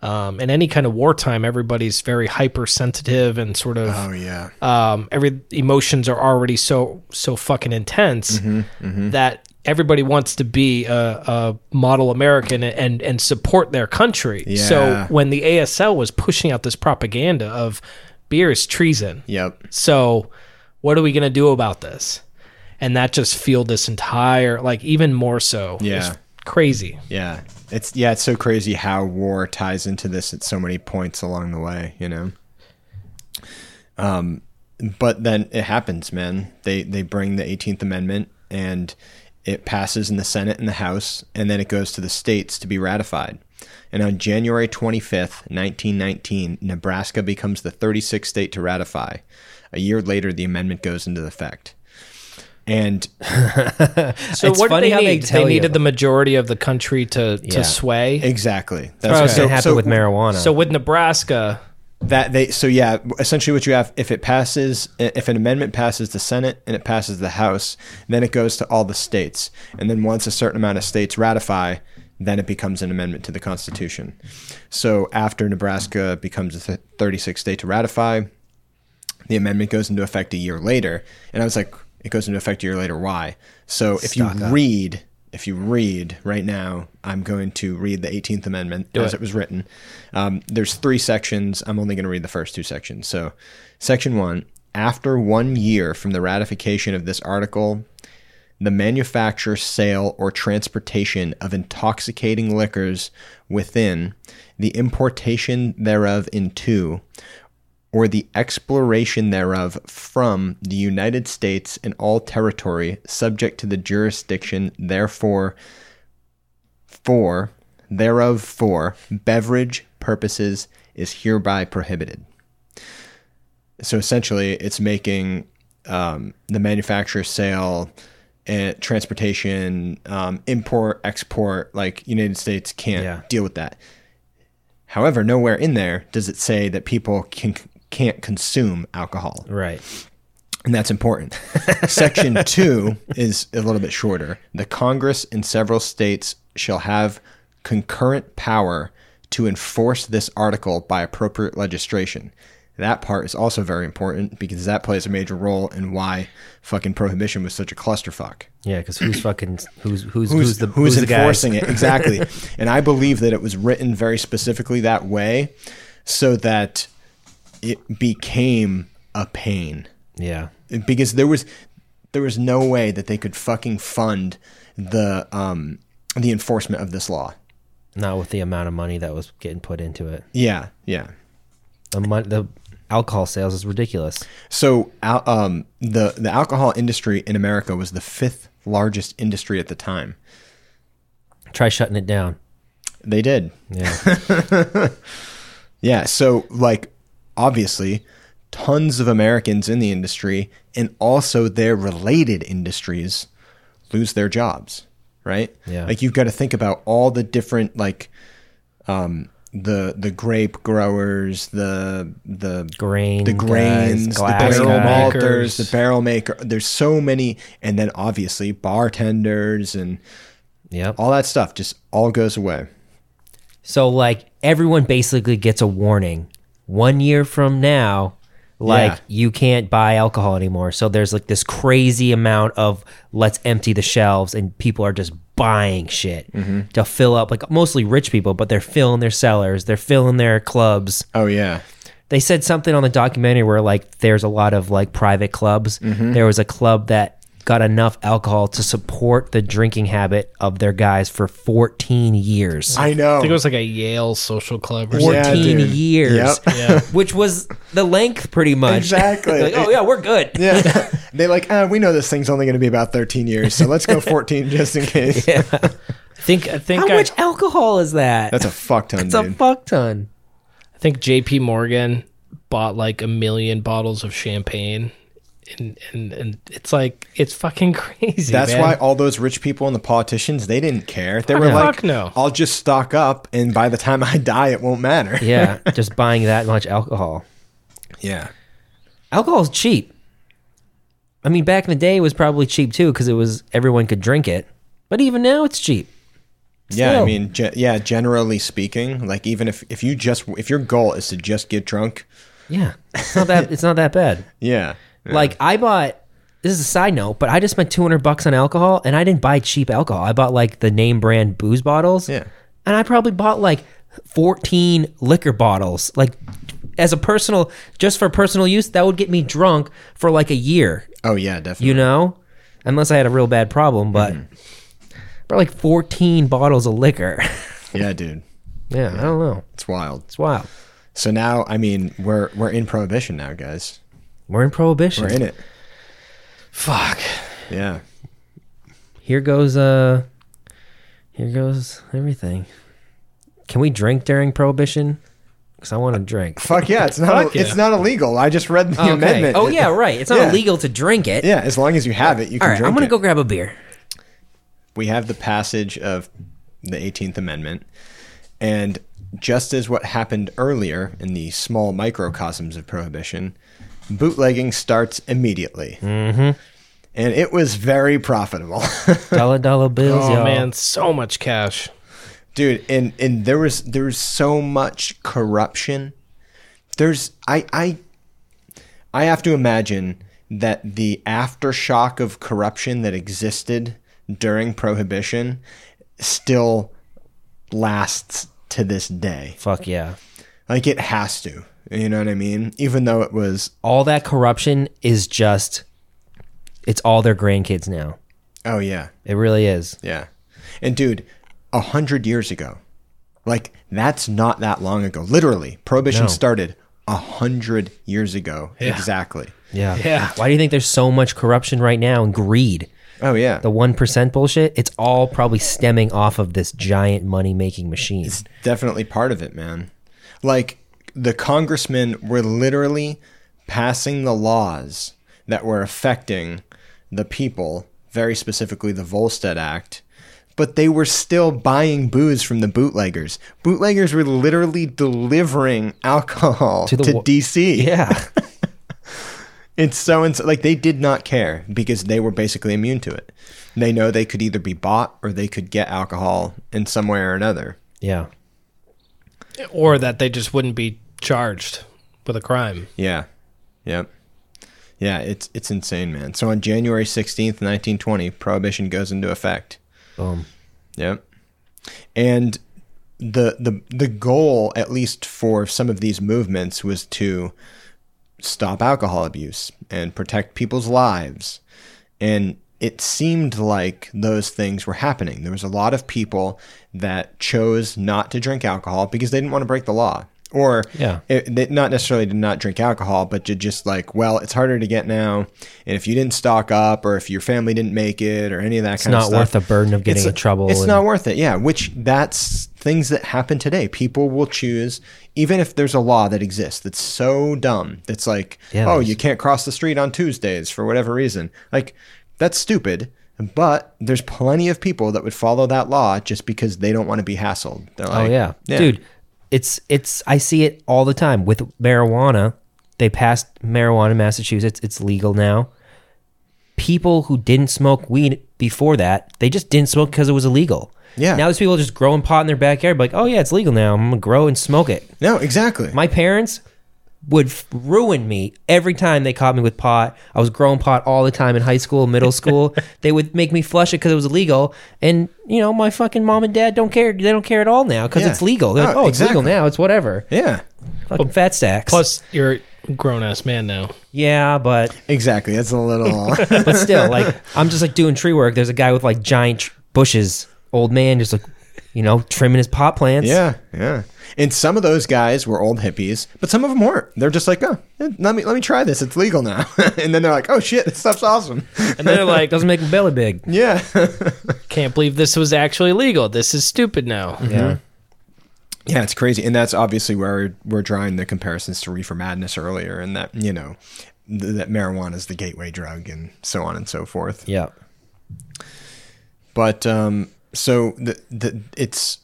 um, in any kind of wartime everybody's very hypersensitive and sort of oh yeah, um, every emotions are already so so fucking intense that everybody wants to be a, a model American and and support their country. So Yeah. when the ASL was pushing out this propaganda of beer is treason, yep, so, what are we going to do about this? And that just fueled this entire, like, even more so. Yeah. It's crazy. yeah. It's yeah, it's so crazy how war ties into this at so many points along the way, you know. Um, but then it happens, man. They they bring the 18th Amendment and it passes in the Senate and the House, and then it goes to the states to be ratified. And on January 25th, 1919, Nebraska becomes the 36th state to ratify. A year later, the amendment goes into effect. And So, It's what did funny they how they need? tell you. needed the majority of the country to, Yeah. to sway. exactly, That's that's what's so- gonna happen so with marijuana. So, with Nebraska, that they so yeah essentially what you have if it passes if an amendment passes the senate and it passes the house then it goes to all the states and then once a certain amount of states ratify then it becomes an amendment to the constitution so after nebraska becomes the 36th state to ratify the amendment goes into effect a year later and i was like it goes into effect a year later. Why? So if Stock you up. read, if you read right now, I'm going to read the 18th Amendment as it. it was written. Um, there's three sections. I'm only going to read the first two sections. So, section one: After one year from the ratification of this article, the manufacture, sale, or transportation of intoxicating liquors within, the importation thereof into, or the exploration thereof from the United States and all territory subject to the jurisdiction therefore for thereof for beverage purposes is hereby prohibited. So essentially, it's making um, the manufacture, sale, and transportation, um, import, export, like United States can't Yeah. deal with that. However, nowhere in there does it say that people can can't consume alcohol, Right. and that's important. Section two is a little bit shorter. The Congress in several states shall have concurrent power to enforce this article by appropriate legislation. That part is also very important because that plays a major role in why fucking prohibition was such a clusterfuck Yeah, because who's fucking who's who's who's, who's, the who's, who's, the guy? enforcing it exactly and i believe that it was written very specifically that way so that it became a pain Yeah. because there was there was no way that they could fucking fund the um the enforcement of this law Not with the amount of money that was getting put into it. yeah yeah The mon- the alcohol sales is ridiculous. So, al- um, the the alcohol industry in America was the fifth largest industry at the time. Try shutting it down. They did, Yeah. yeah. So, like, obviously, tons of Americans in the industry and also their related industries lose their jobs, right? Yeah. Like, you've got to think about all the different, like, um, the the grape growers, the the Grain. the guys, grains, the glass barrel guy. malt. malters, makers. the barrel maker. There's so many, and then obviously bartenders and Yep. all that stuff just all goes away. So like everyone basically gets a warning. One year from now, like Yeah. you can't buy alcohol anymore. So there's like this crazy amount of let's empty the shelves and people are just buying shit Mm-hmm. to fill up like mostly rich people, but they're filling their cellars, they're filling their clubs. Oh yeah, They said something on the documentary where like there's a lot of like private clubs. Mm-hmm. There was a club that got enough alcohol to support the drinking habit of their guys for 14 years. I know. I think it was like a Yale social club or Or- something. Yeah, 14 dude. years, Yep. which was the length pretty much. Exactly. like, oh, yeah, we're good. yeah, they like ah, we know this thing's only going to be about 13 years, so let's go 14 just in case. I think I think How I, much alcohol is that? That's a fuck ton, It's a dude. fuck ton. I think J.P. Morgan bought like a million bottles of champagne, and and, and it's like it's fucking crazy. That's man. why all those rich people and the politicians they didn't care. They were no. like, Fuck no. "I'll just stock up, and by the time I die, it won't matter." Yeah, just buying that much alcohol. yeah. Alcohol's cheap. I mean, back in the day, it was probably cheap too because it was everyone could drink it. But even now, it's cheap. Yeah, I Still. mean, ge- yeah. Generally speaking, like even if if you just if your goal is to just get drunk, Yeah, it's not that. it's not that bad. yeah, Like I bought. This is a side note, but I just spent 200 bucks on alcohol and I didn't buy cheap alcohol. I bought like the name brand booze bottles. Yeah. And I probably bought like 14 liquor bottles. Like as a personal just for personal use, that would get me drunk for like a year, oh yeah, Mm-hmm. definitely. you know? Unless I had a real bad problem, but but like 14 bottles of liquor. yeah, dude, yeah, I don't know. it's wild. It's wild. So now, I mean, we're we're in prohibition now, guys. We're in prohibition. We're in it. Fuck. Yeah, Here goes uh here goes everything. Can we drink during prohibition? Cuz I want to drink. fuck yeah. It's not Fuck yeah. it's not illegal. I just read the Okay. amendment. Oh It- yeah, right. It's not Yeah. illegal to drink it. Yeah, as long as you have it, you All can right, drink I'm gonna it. go grab a beer. we have the passage of the 18th Amendment. And just as what happened earlier in the small microcosms of prohibition, bootlegging starts immediately. Mm-hmm. And it was very profitable. Dollar dollar bills, Oh y'all. man, so much cash. Dude, and, and there was there was so much corruption. There's I I I have to imagine that the aftershock of corruption that existed during Prohibition still lasts to this day. Fuck yeah. Like it has to. You know what I mean? Even though it was, All that corruption is just it's all their grandkids now. oh yeah, It really is. Yeah. And dude, a hundred years ago, like that's not that long ago. Literally, prohibition No. started a hundred years ago. Exactly. Yeah. Yeah. Why do you think there's so much corruption right now and greed? Oh yeah. The 1% bullshit, it's all probably stemming off of this giant money making machine. It's definitely part of it, man. Like the congressmen were literally passing the laws that were affecting the people, very specifically the Volstead Act, but they were still buying booze from the bootleggers. Bootleggers were literally delivering alcohol to, the wa- DC. Yeah. It's so and like they did not care because they were basically immune to it. They know they could either be bought or they could get alcohol in some way or another. yeah. or that they just wouldn't be charged with a crime. Yeah. Yep. Yeah, it's it's insane, man. So on January 16th, 1920, prohibition goes into effect. Boom. Yep. And the the the goal at least for some of these movements was to stop alcohol abuse and protect people's lives. And it seemed like those things were happening. There was a lot of people that chose not to drink alcohol because they didn't want to break the law. Or Yeah. it, they not necessarily to not drink alcohol, but to just like, well, it's harder to get now. And if you didn't stock up or if your family didn't make it or any of that kind of not stuff. worth the burden of getting it's, in trouble It's and- not worth it. Yeah. Which that's things that happen today. People will choose, even if there's a law that exists that's so dumb, that's like, Yeah, oh, there's- you can't cross the street on Tuesdays for whatever reason. Like, that's stupid. But there's plenty of people that would follow that law just because they don't want to be hassled. They're Oh like, yeah. dude. It's it's I see it all the time with marijuana. They passed marijuana in Massachusetts. It's legal now. People who didn't smoke weed before that, they just didn't smoke because it was illegal. Yeah. Now these people just growing pot in their backyard, like, oh yeah, it's legal now. I'm gonna grow and smoke it. No, exactly. My parents would f- ruin me every time they caught me with pot. I was growing pot all the time in high school, middle school. they would make me flush it because it was illegal. And you know, my fucking mom and dad don't care. They don't care at all now because Yeah. it's legal. They're like, Oh, oh, it's legal exactly. now. It's whatever. yeah. Fucking fat stacks. Plus, you're a grown ass man now. yeah, but Exactly. That's a little. but still, like I'm just like doing tree work. There's a guy with like giant tr- bushes, old man, just like you know trimming his pot plants. Yeah, yeah. And some of those guys were old hippies, but some of them weren't. They're just like, oh, eh, let me let me try this. It's legal now. and then they're like, oh shit, this stuff's awesome. and they're like doesn't make him belly big. yeah, Can't believe this was actually legal. This is stupid now. Yeah, yeah. It's crazy, and that's obviously where we're drawing the comparisons to reefer madness earlier, and that you know th- that marijuana is the gateway drug, and so on and so forth. yeah. But um, so the, the it's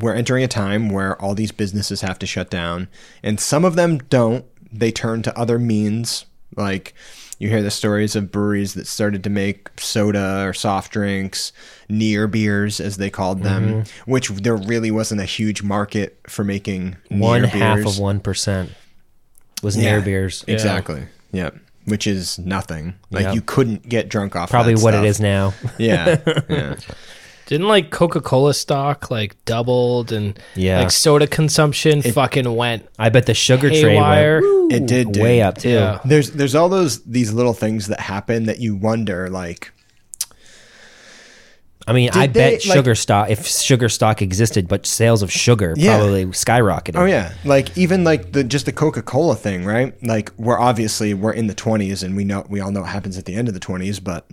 we're entering a time where all these businesses have to shut down, and some of them don't. They turn to other means, like you hear the stories of breweries that started to make soda or soft drinks, near beers as they called them, Mm-hmm. which there really wasn't a huge market for making One near half beers. of one percent was near beers. exactly. Yep. Which is nothing. Like Yep. you couldn't get drunk off Probably that what stuff. it is now. Yeah. yeah. Didn't like Coca Cola stock like doubled and Yeah. like soda consumption fucking went I bet the sugar haywire. trade went It did. dude. way up too. Yeah. there's there's all those these little things that happen that you wonder like I mean, I Did they, bet like- sugar stock if sugar stock existed, but sales of sugar Yeah. probably skyrocketed. oh yeah like even like the just the coca-cola thing right like we're obviously we're in the 20s and we know we all know what happens at the end of the 20s but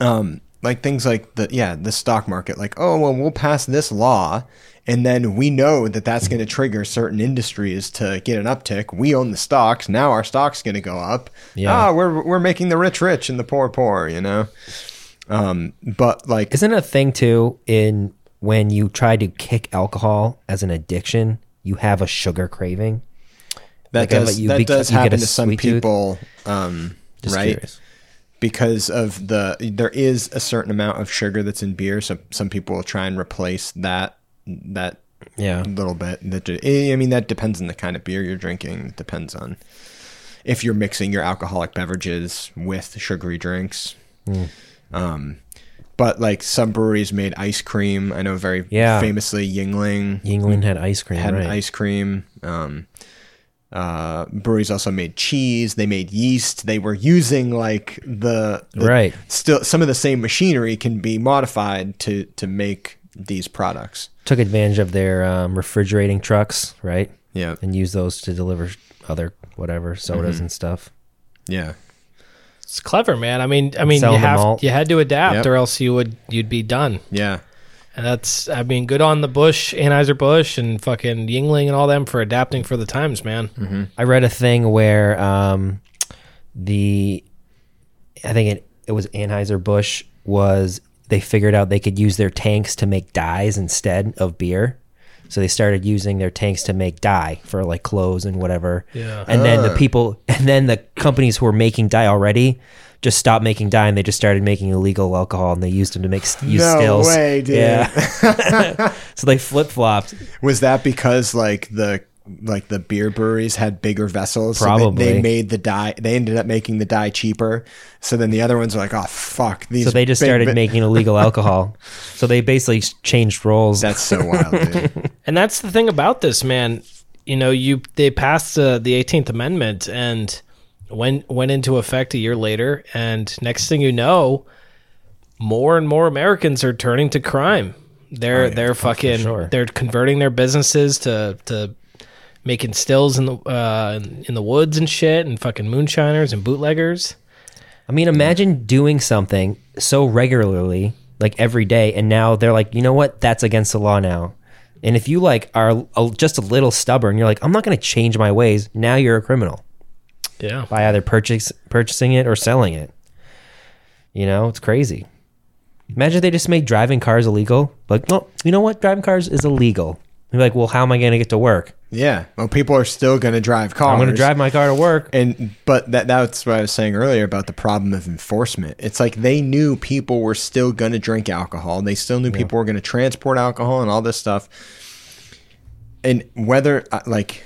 um like things like the yeah the stock market like oh well we'll pass this law and then we know that that's going to trigger certain industries to get an uptick we own the stocks now our stocks going to go up Yeah. ah, we're we're making the rich rich and the poor poor you know um but like Isn't it a thing too in when you try to kick alcohol as an addiction, you have a sugar craving? That Like, I does let you that be- does you get a happen to some sweet tooth? people, um, Just right? curious. Because of the there is a certain amount of sugar that's in beer, so some people will try and replace that that Yeah. eh, little bit. That I mean, that depends on the kind of beer you're drinking. It depends on if you're mixing your alcoholic beverages with sugary drinks. Hmm. Um, but like some breweries made ice cream. I know very Yeah. famously Yingling Yingling had ice cream, had right? an ice cream. Um, uh, breweries also made cheese. They made yeast. They were using like the, the- Right. Still, some of the same machinery can be modified to to make these products. Took advantage of their um, refrigerating trucks, right? Yeah, And used those to deliver other whatever sodas Mm-hmm. and stuff. yeah, It's clever, man. I mean, I mean, Sell you the have malt. you had to adapt, Yep. or else you would you'd be done. yeah. And that's, I mean, good on the Bush, Anheuser Busch, and fucking Yingling and all them for adapting for the times, man. I read a thing where um, the I think it it was Anheuser Busch was they figured out they could use their tanks to make dyes instead of beer. So they started using their tanks to make dye for like clothes and whatever. Yeah. And then the people and then the companies who were making dye already just stopped making dye and they just started making illegal alcohol and they used them to make s- use No stills. way, dude. Yeah. so they flip flopped. Was that because like the like the beer breweries had bigger vessels? so they- they, Probably. made the dye. They ended up making the dye cheaper. So then the other ones are like, oh fuck, these. So they just big started bi-" making illegal alcohol. So they basically s- changed roles. That's so wild, dude. And that's the thing about this, man. You know, you they passed uh, the Eighteenth Amendment and went went into effect a year later, and next thing you know, more and more Americans are turning to crime. They're they're fucking sure. they're converting their businesses to to making stills in the uh, in- in the woods and shit, and fucking moonshiners and bootleggers. I mean, imagine doing something so regularly, like every day, and now they're like, you know what? That's against the law now. And if you like are a, just a little stubborn, you're like, I'm not going to change my ways. Now you're a criminal Yeah, by either purchase purchasing it or selling it. You know, it's crazy. Imagine if they just made driving cars illegal. Like, no, you know what? Driving cars is illegal. You're like, well, how am I going to get to work? yeah. Well, people are still gonna drive cars. I'm going to drive my car to work. And but that that's what I was saying earlier about the problem of enforcement. It's like they knew people were still going to drink alcohol. They still knew people were going to transport alcohol and all this stuff. And whether uh, like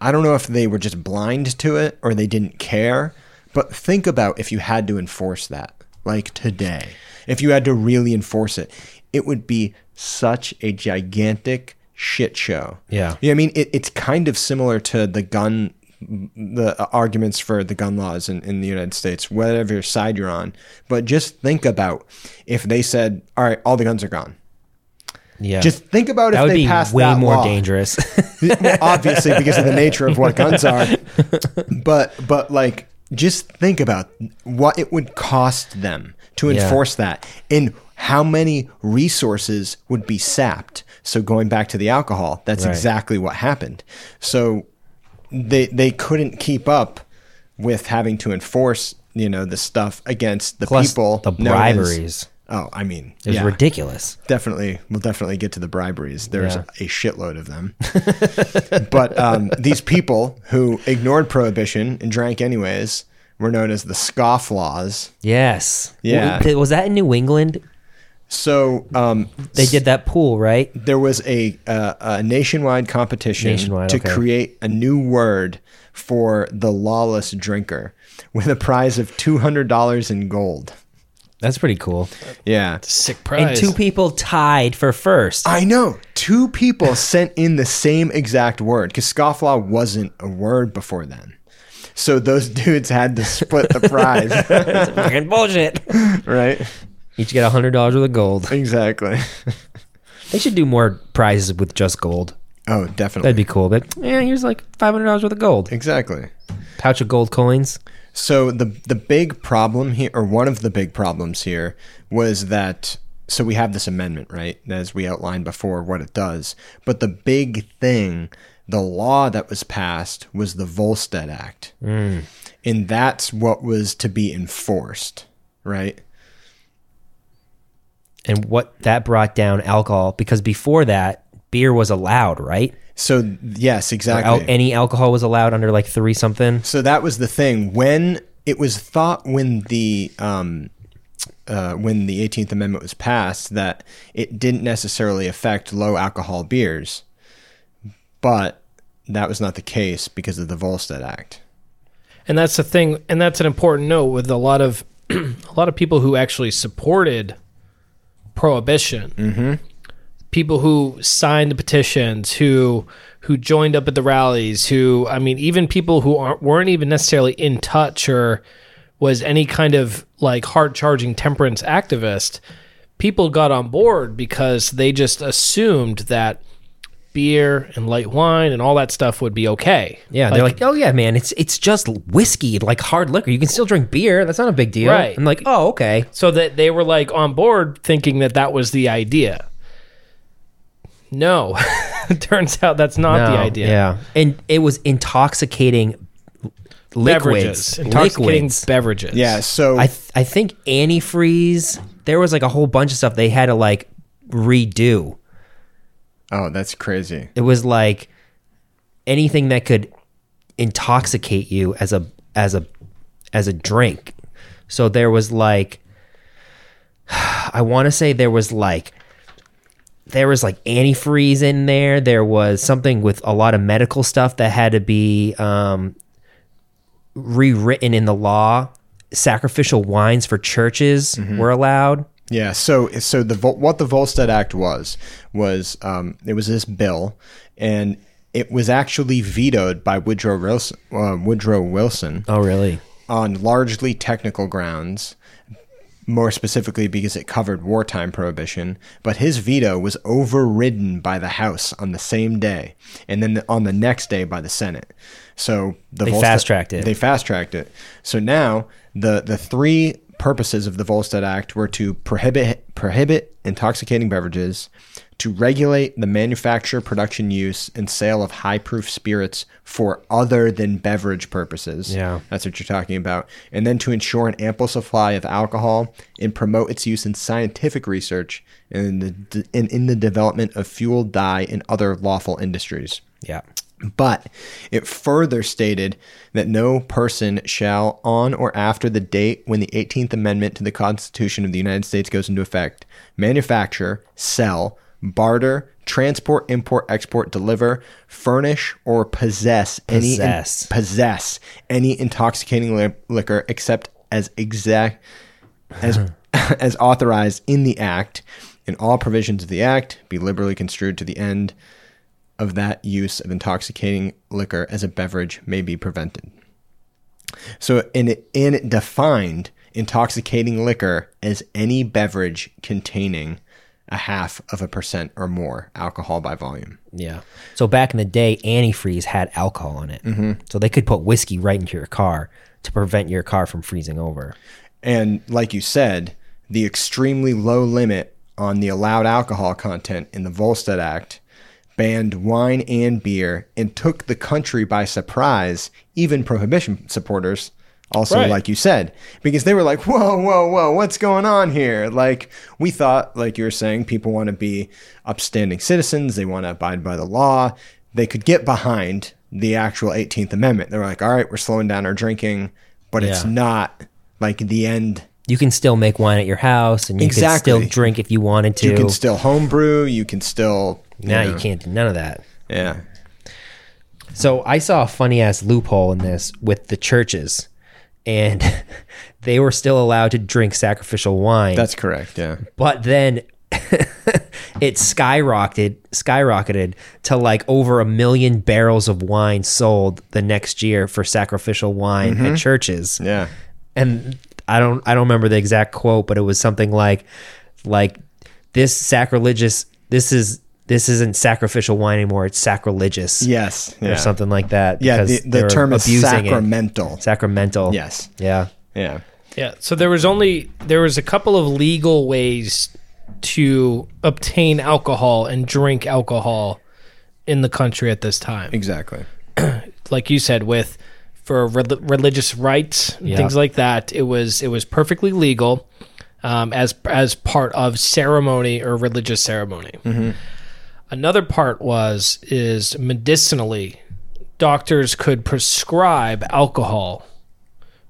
I don't know if they were just blind to it or they didn't care, but think about if you had to enforce that like today. If you had to really enforce it, it would be such a gigantic shit show. Yeah. Yeah, I mean, it, it's kind of similar to the gun, the arguments for the gun laws in, in the United States, whatever side you're on. But just think about if they said, all right, all the guns are gone. Yeah. Just think about that if would they be passed way that more law. dangerous. Well, obviously because of the nature of what guns are. But but like just think about what it would cost them to Yeah. enforce that and how many resources would be sapped. So going back to the alcohol, that's Right. exactly what happened. So they they couldn't keep up with having to enforce, you know, the stuff against the Plus people. the known as- briberies. Oh, I mean, It was yeah ridiculous. definitely we'll definitely get to the briberies there's Yeah. a shitload of them but um, these people who ignored prohibition and drank anyways were known as the scofflaws Yes. Yeah. W- Was that in New England? so um, They did that pool, right? there was a, uh, a nationwide competition Nationwide, to okay. create a new word for the lawless drinker with a prize of $200 in gold That's pretty cool. yeah sick And prize. two people tied for first. I know. Two people sent in the same exact word because scofflaw wasn't a word before then. So those dudes had to split the prize, That's fucking bullshit. right? Each get hundred dollars worth of gold. Exactly. They should do more prizes with just gold. Oh, That'd definitely. be cool. But yeah, here's like five hundred dollars worth of gold. exactly. Pouch of gold coins. So the the big problem here, or one of the big problems here, was that so we have this amendment, right? As we outlined before, what it does. But the big thing, the law that was passed was the Volstead Act, and that's what was to be enforced, right? And what that brought down alcohol because before that, beer was allowed, right? So yes, Al- exactly. any alcohol was allowed under like three something. so that was the thing when it was thought when the um, uh, when the 18th Amendment was passed that it didn't necessarily affect low alcohol beers, but that was not the case because of the Volstead Act. And that's the thing, and that's an important note with a lot of a lot of people who actually supported prohibition. Mm-hmm. People who signed the petitions, who who joined up at the rallies, who I mean, even people who aren't weren't even necessarily in touch or was any kind of like hard charging temperance activist. People got on board because they just assumed that beer and light wine and all that stuff would be okay. Yeah, they're like, oh yeah, man, it's it's just whiskey, like hard liquor. You can still drink beer. That's not a big deal. Right. I'm like, oh okay. so that they were like on board thinking that that was the idea no turns out that's not the No, idea Oh, Yeah, and it was intoxicating liquids. beverages intoxicating liquids. beverages Yeah, so I th- I think antifreeze. There was like a whole bunch of stuff they had to like redo. oh, that's crazy. It was like anything that could intoxicate you as a as a as a drink. So there was like I want to say there was like there was like antifreeze in there. There was something with a lot of medical stuff that had to be um, rewritten in the law. Sacrificial wines for churches were allowed. Yeah, so so the Vol- what the Volstead Act was was um, it was this bill, and it was actually vetoed by Woodrow Wilson, uh, Woodrow Wilson Oh, really? on largely technical grounds, more specifically because it covered wartime prohibition. But his veto was overridden by the House on the same day, and then on the next day by the Senate. So the They fast-tracked it. They fast tracked it. So now the the three purposes of the Volstead Act were to prohibit prohibit intoxicating beverages, to regulate the manufacture, production, use, and sale of high proof spirits for other than beverage purposes. Yeah. That's what you're talking about. And then to ensure an ample supply of alcohol and promote its use in scientific research and in the, de- and in the development of fuel, dye, and other lawful industries. Yeah. But it further stated that no person shall, on or after the date when the 18th Amendment to the Constitution of the United States goes into effect, manufacture, sell, barter, transport, import, export, deliver, furnish, or possess any Possess. possess any intoxicating li- liquor except as exact as as authorized in the act and all provisions of the act be liberally construed to the end of that use of intoxicating liquor as a beverage may be prevented so and it and it defined intoxicating liquor as any beverage containing a half of a percent or more alcohol by volume Yeah. So back in the day, antifreeze had alcohol in it. Mm-hmm. So they could put whiskey right into your car to prevent your car from freezing over. And like you said, the extremely low limit on the allowed alcohol content in the Volstead Act banned wine and beer and took the country by surprise, even prohibition supporters. Also, Right. like you said, because they were like, whoa, whoa, whoa, what's going on here? Like, we thought, like you were saying, people want to be upstanding citizens, they want to abide by the law. They could get behind the actual 18th Amendment. They were like, all right, we're slowing down our drinking, but it's Yeah. not like the end. You can still make wine at your house and you Exactly. can still drink if you wanted to. You can still homebrew. You can still. now you know, can't do none of that. Yeah. So I saw a funny ass loophole in this with the churches, and they were still allowed to drink sacrificial wine. That's correct. Yeah. but then it skyrocketed skyrocketed to like over a million barrels of wine sold the next year for sacrificial wine at churches Mm-hmm. Yeah. and i don't i don't remember the exact quote but it was something like like this sacrilegious this is this isn't sacrificial wine anymore it's sacrilegious Yes. Yeah. or something like that Yeah. because The, they the were term is abusing it. sacramental. sacramental Yes. yeah Yeah. yeah so there was only there was a couple of legal ways to obtain alcohol and drink alcohol in the country at this time Exactly. like you said, with for rel- religious rights and things like that. It was it was perfectly legal um, as as part of ceremony or religious ceremony. Another part was is medicinally, doctors could prescribe alcohol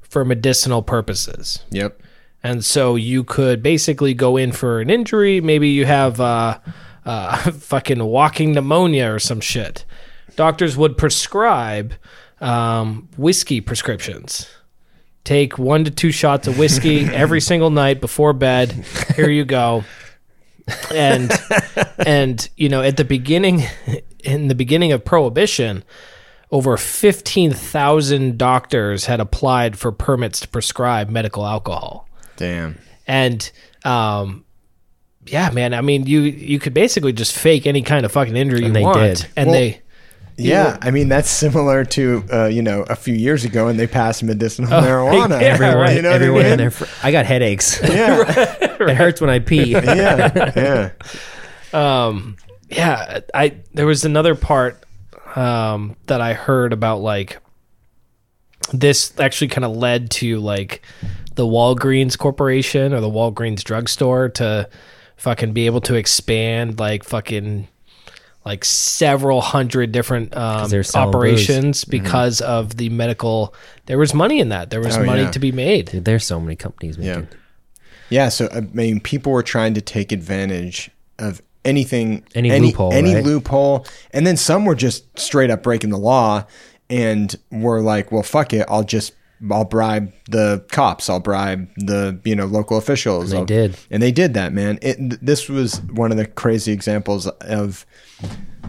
for medicinal purposes. Yep. And so you could basically go in for an injury. Maybe you have uh, uh, fucking walking pneumonia or some shit. doctors would prescribe um, whiskey prescriptions. Take one to two shots of whiskey every single night before bed. Here you go. And and you know, at the beginning, in the beginning of prohibition, over fifteen thousand doctors had applied for permits to prescribe medical alcohol Damn. and um yeah man i mean you you could basically just fake any kind of fucking injury you they want did. and Well- they Yeah, I mean that's similar to uh, you know a few years ago when they passed medicinal marijuana. yeah, everywhere, right. you know what I Oh, Everyone mean? in there. For, I got headaches. Yeah, It hurts when I pee. yeah, yeah. um yeah i there was another part um that i heard about like this actually kind of led to like the Walgreens corporation or the Walgreens drugstore to fucking be able to expand like fucking like several hundred different um, they're selling operations because of the medical there was money in that there was Oh, money yeah. to be made Dude, there's so many companies making. Yeah. Yeah, so I mean, people were trying to take advantage of anything, Any loophole, any right? loophole, and then some were just straight up breaking the law and were like, "Well, fuck it, I'll just." I'll bribe the cops. I'll bribe the you know local officials. they I'll- did. and they did that, man. It, th- this was one of the crazy examples of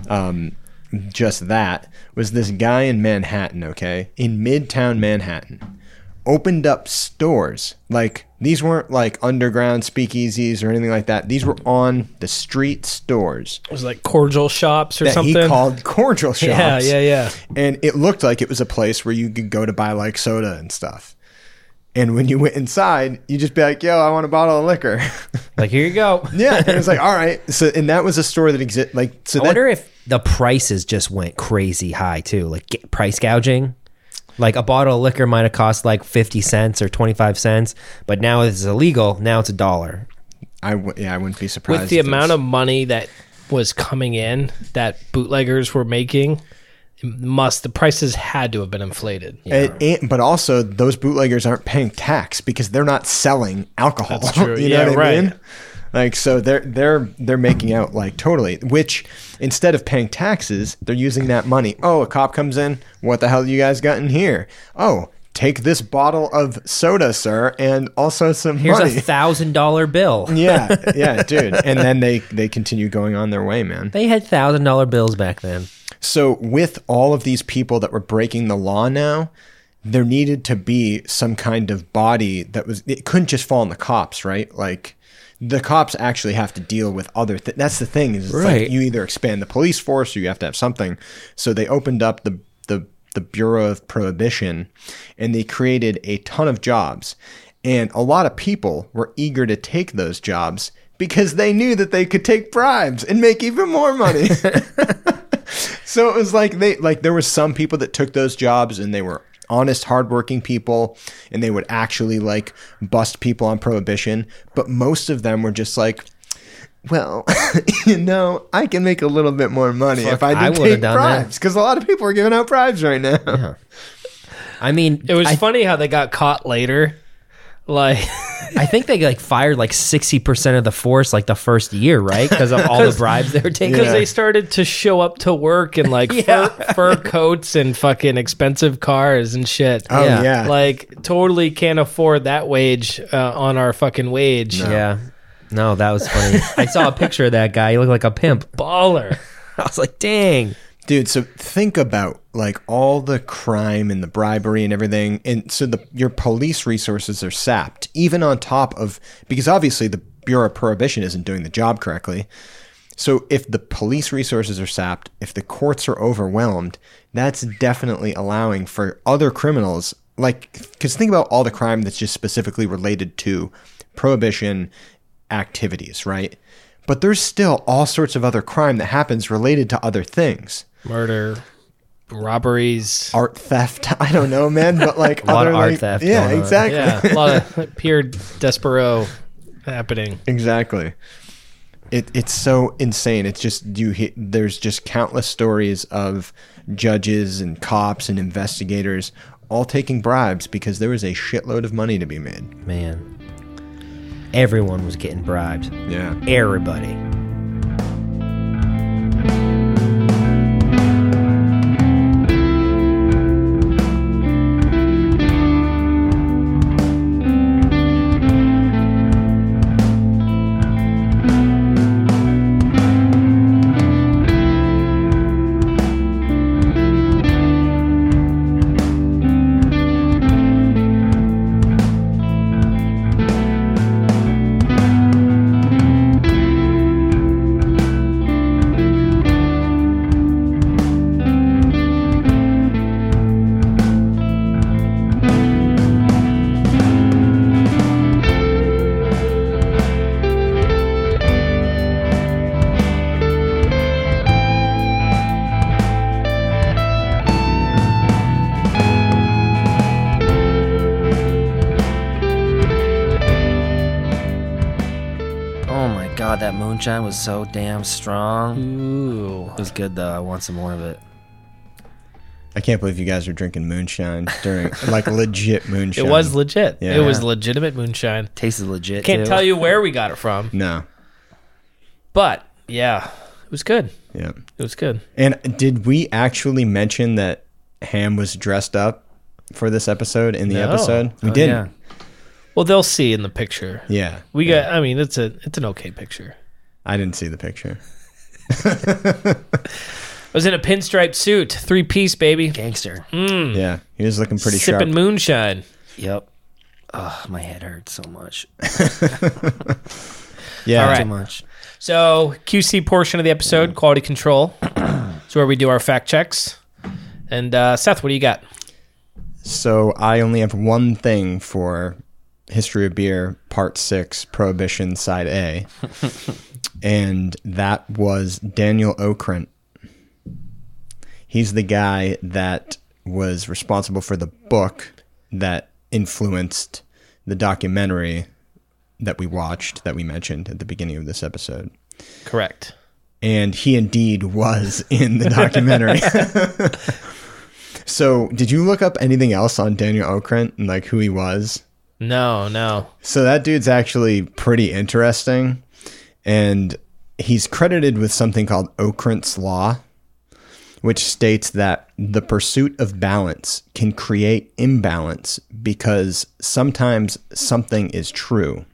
um, just that was this guy in Manhattan, okay, in Midtown Manhattan, opened up stores. Like these weren't like underground speakeasies or anything like that. These were on the street stores it was like cordial shops or that something he called cordial shops. yeah yeah yeah And it looked like it was a place where you could go to buy like soda and stuff. And when you went inside, you just be like, "Yo, I want a bottle of liquor." like here you go Yeah, and it was like, all right. So, and that was a store that exists. Like, so I that, wonder if the prices just went crazy high too, like get price gouging. Like a bottle of liquor might have cost like fifty cents or twenty five cents, but now it's illegal. Now it's a dollar. I w- yeah, I wouldn't be surprised with the if amount it's- of money that was coming in that bootleggers were making it must the prices had to have been inflated And, and- but also, those bootleggers aren't paying tax because they're not selling alcohol. That's true. you Yeah, know what I right. mean? Like, so they're they're they're making out like totally. Which instead of paying taxes, they're using that money. Oh, a cop comes in. What the hell you guys got in here? Oh, take this bottle of soda, sir, and also some Here's money. a thousand dollar bill. yeah, yeah, dude. And then they they continue going on their way, man. They had thousand dollar bills back then. So, with all of these people that were breaking the law now, there needed to be some kind of body that was, it couldn't just fall on the cops, right? Like, the cops actually have to deal with other th- that's the thing is it's Right. like you either expand the police force or you have to have something so they opened up the the the bureau of prohibition and they created a ton of jobs and a lot of people were eager to take those jobs because they knew that they could take bribes and make even more money so it was like they like there were some people that took those jobs and they were honest hardworking people and they would actually like bust people on prohibition but most of them were just like well you know i can make a little bit more money if i I did would've take done that. bribes because a lot of people are giving out bribes right now I mean, it was I, funny how they got caught later like I think they like fired like sixty percent of the force like the first year, right? Because of all the bribes they were taking. because they started to show up to work in like fur, fur coats and fucking expensive cars and shit oh Yeah. yeah, like totally can't afford that wage uh, on our fucking wage Yeah. No, that was funny. I saw a picture of that guy. He looked like a pimp. baller I was like, dang. dude so think about like all the crime and the bribery and everything and so the your police resources are sapped even on top of because obviously the bureau of prohibition isn't doing the job correctly so if the police resources are sapped if the courts are overwhelmed that's definitely allowing for other criminals like because think about all the crime that's just specifically related to prohibition activities right but there's still all sorts of other crime that happens related to other things murder robberies art theft. I don't know, man, but like lot other of art like- theft Yeah, going on. exactly, Yeah, a lot of Pierre Despero happening. exactly. It it's so insane. It's just you. Hit, there's just countless stories of judges and cops and investigators all taking bribes because there was a shitload of money to be made. Man. Everyone was getting bribed. Yeah. Everybody. Oh my god, that moonshine was so damn strong. Ooh. It was good though. I want some more of it. I can't believe you guys are drinking moonshine during like legit It moonshine. was legit. Yeah. It was legitimate moonshine. Tasted legit. Can't too. tell you where we got it from, no. but yeah, it was good. Yeah. It was good. And did we actually mention that Ham was dressed up for this episode in the No. episode? Oh, We yeah. didn't. Well, they'll see in the picture. Yeah. We got. I mean, it's a it's an okay picture. I didn't see the picture. I was in a pinstripe suit, three piece, baby, Gangster. Yeah. He was looking pretty sipping sharp. moonshine. Yep. Ugh, my head hurts so much. yeah. All right. Too much. So QC portion of the episode, quality control. It's where we do our fact checks. And uh, Seth, what do you got? So I only have one thing for History of Beer, Part Six, Prohibition, Side A, and that was Daniel Okrent. He's the guy that was responsible for the book that influenced the documentary that we watched that we mentioned at the beginning of this episode. Correct. And he indeed was in the documentary. so, did you look up anything else on Daniel Okrent and like who he was? No, no. So, that dude's actually pretty interesting. And he's credited with something called Okrent's Law, which states that the pursuit of balance can create imbalance because sometimes something is true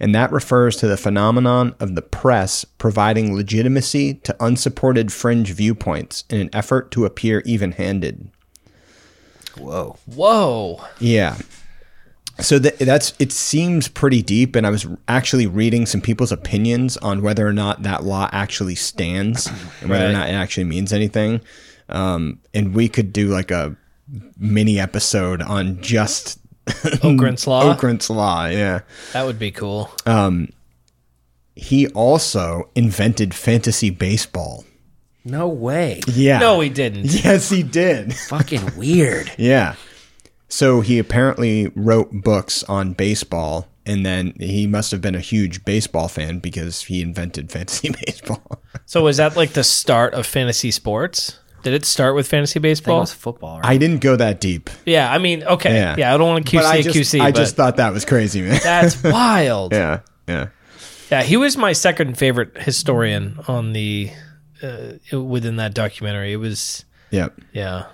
and that refers to the phenomenon of the press providing legitimacy to unsupported fringe viewpoints in an effort to appear even handed. Whoa. Whoa. Yeah. So that, that's it seems pretty deep, and I was actually reading some people's opinions on whether or not that law actually stands and whether or Right. not it actually means anything. Um, and we could do like a mini episode on just Ogrant's Law. Okrent's law. Yeah. That would be cool. He also invented fantasy baseball. No way. Yeah. no, he didn't. Yes, he did. Fucking weird. yeah. So he apparently wrote books on baseball, and then he must have been a huge baseball fan because he invented fantasy baseball. So was that like the start of fantasy sports? Did it start with fantasy That baseball? was football, right? I didn't go that deep. Yeah, I mean, okay. Yeah. Yeah, I don't want to QC but I just, QC, I but just thought that was crazy, man. that's wild. yeah. yeah. Yeah. he was my second favorite historian on the uh, within that documentary. It was Yeah. yeah.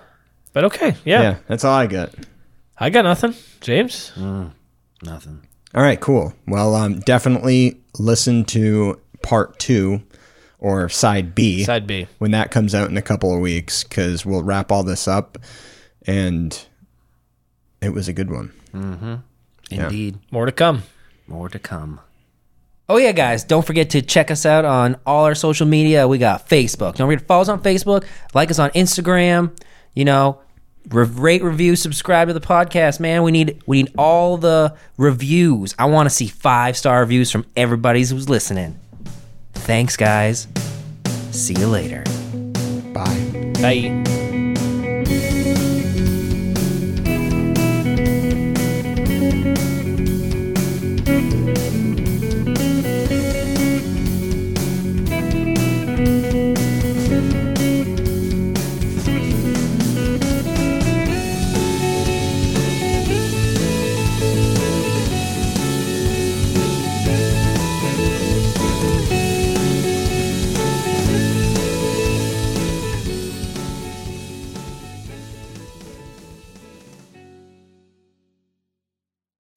But okay, yeah. Yeah. Mm. That's all I got. I got nothing. James? Nothing. All right, cool. Well, um, definitely listen to part two or side B. Side B. when that comes out in a couple of weeks because we'll wrap all this up and it was a good one Indeed. More to come. More to come. Oh yeah, guys! Don't forget to check us out on all our social media. We got Facebook. Don't forget to follow us on Facebook. Like us on Instagram. You know, re- rate, review, subscribe to the podcast, man. We need we need all the reviews. I want to see five star reviews from everybody who's listening. Thanks, guys. See you later. bye Bye.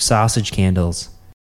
Sausage candles.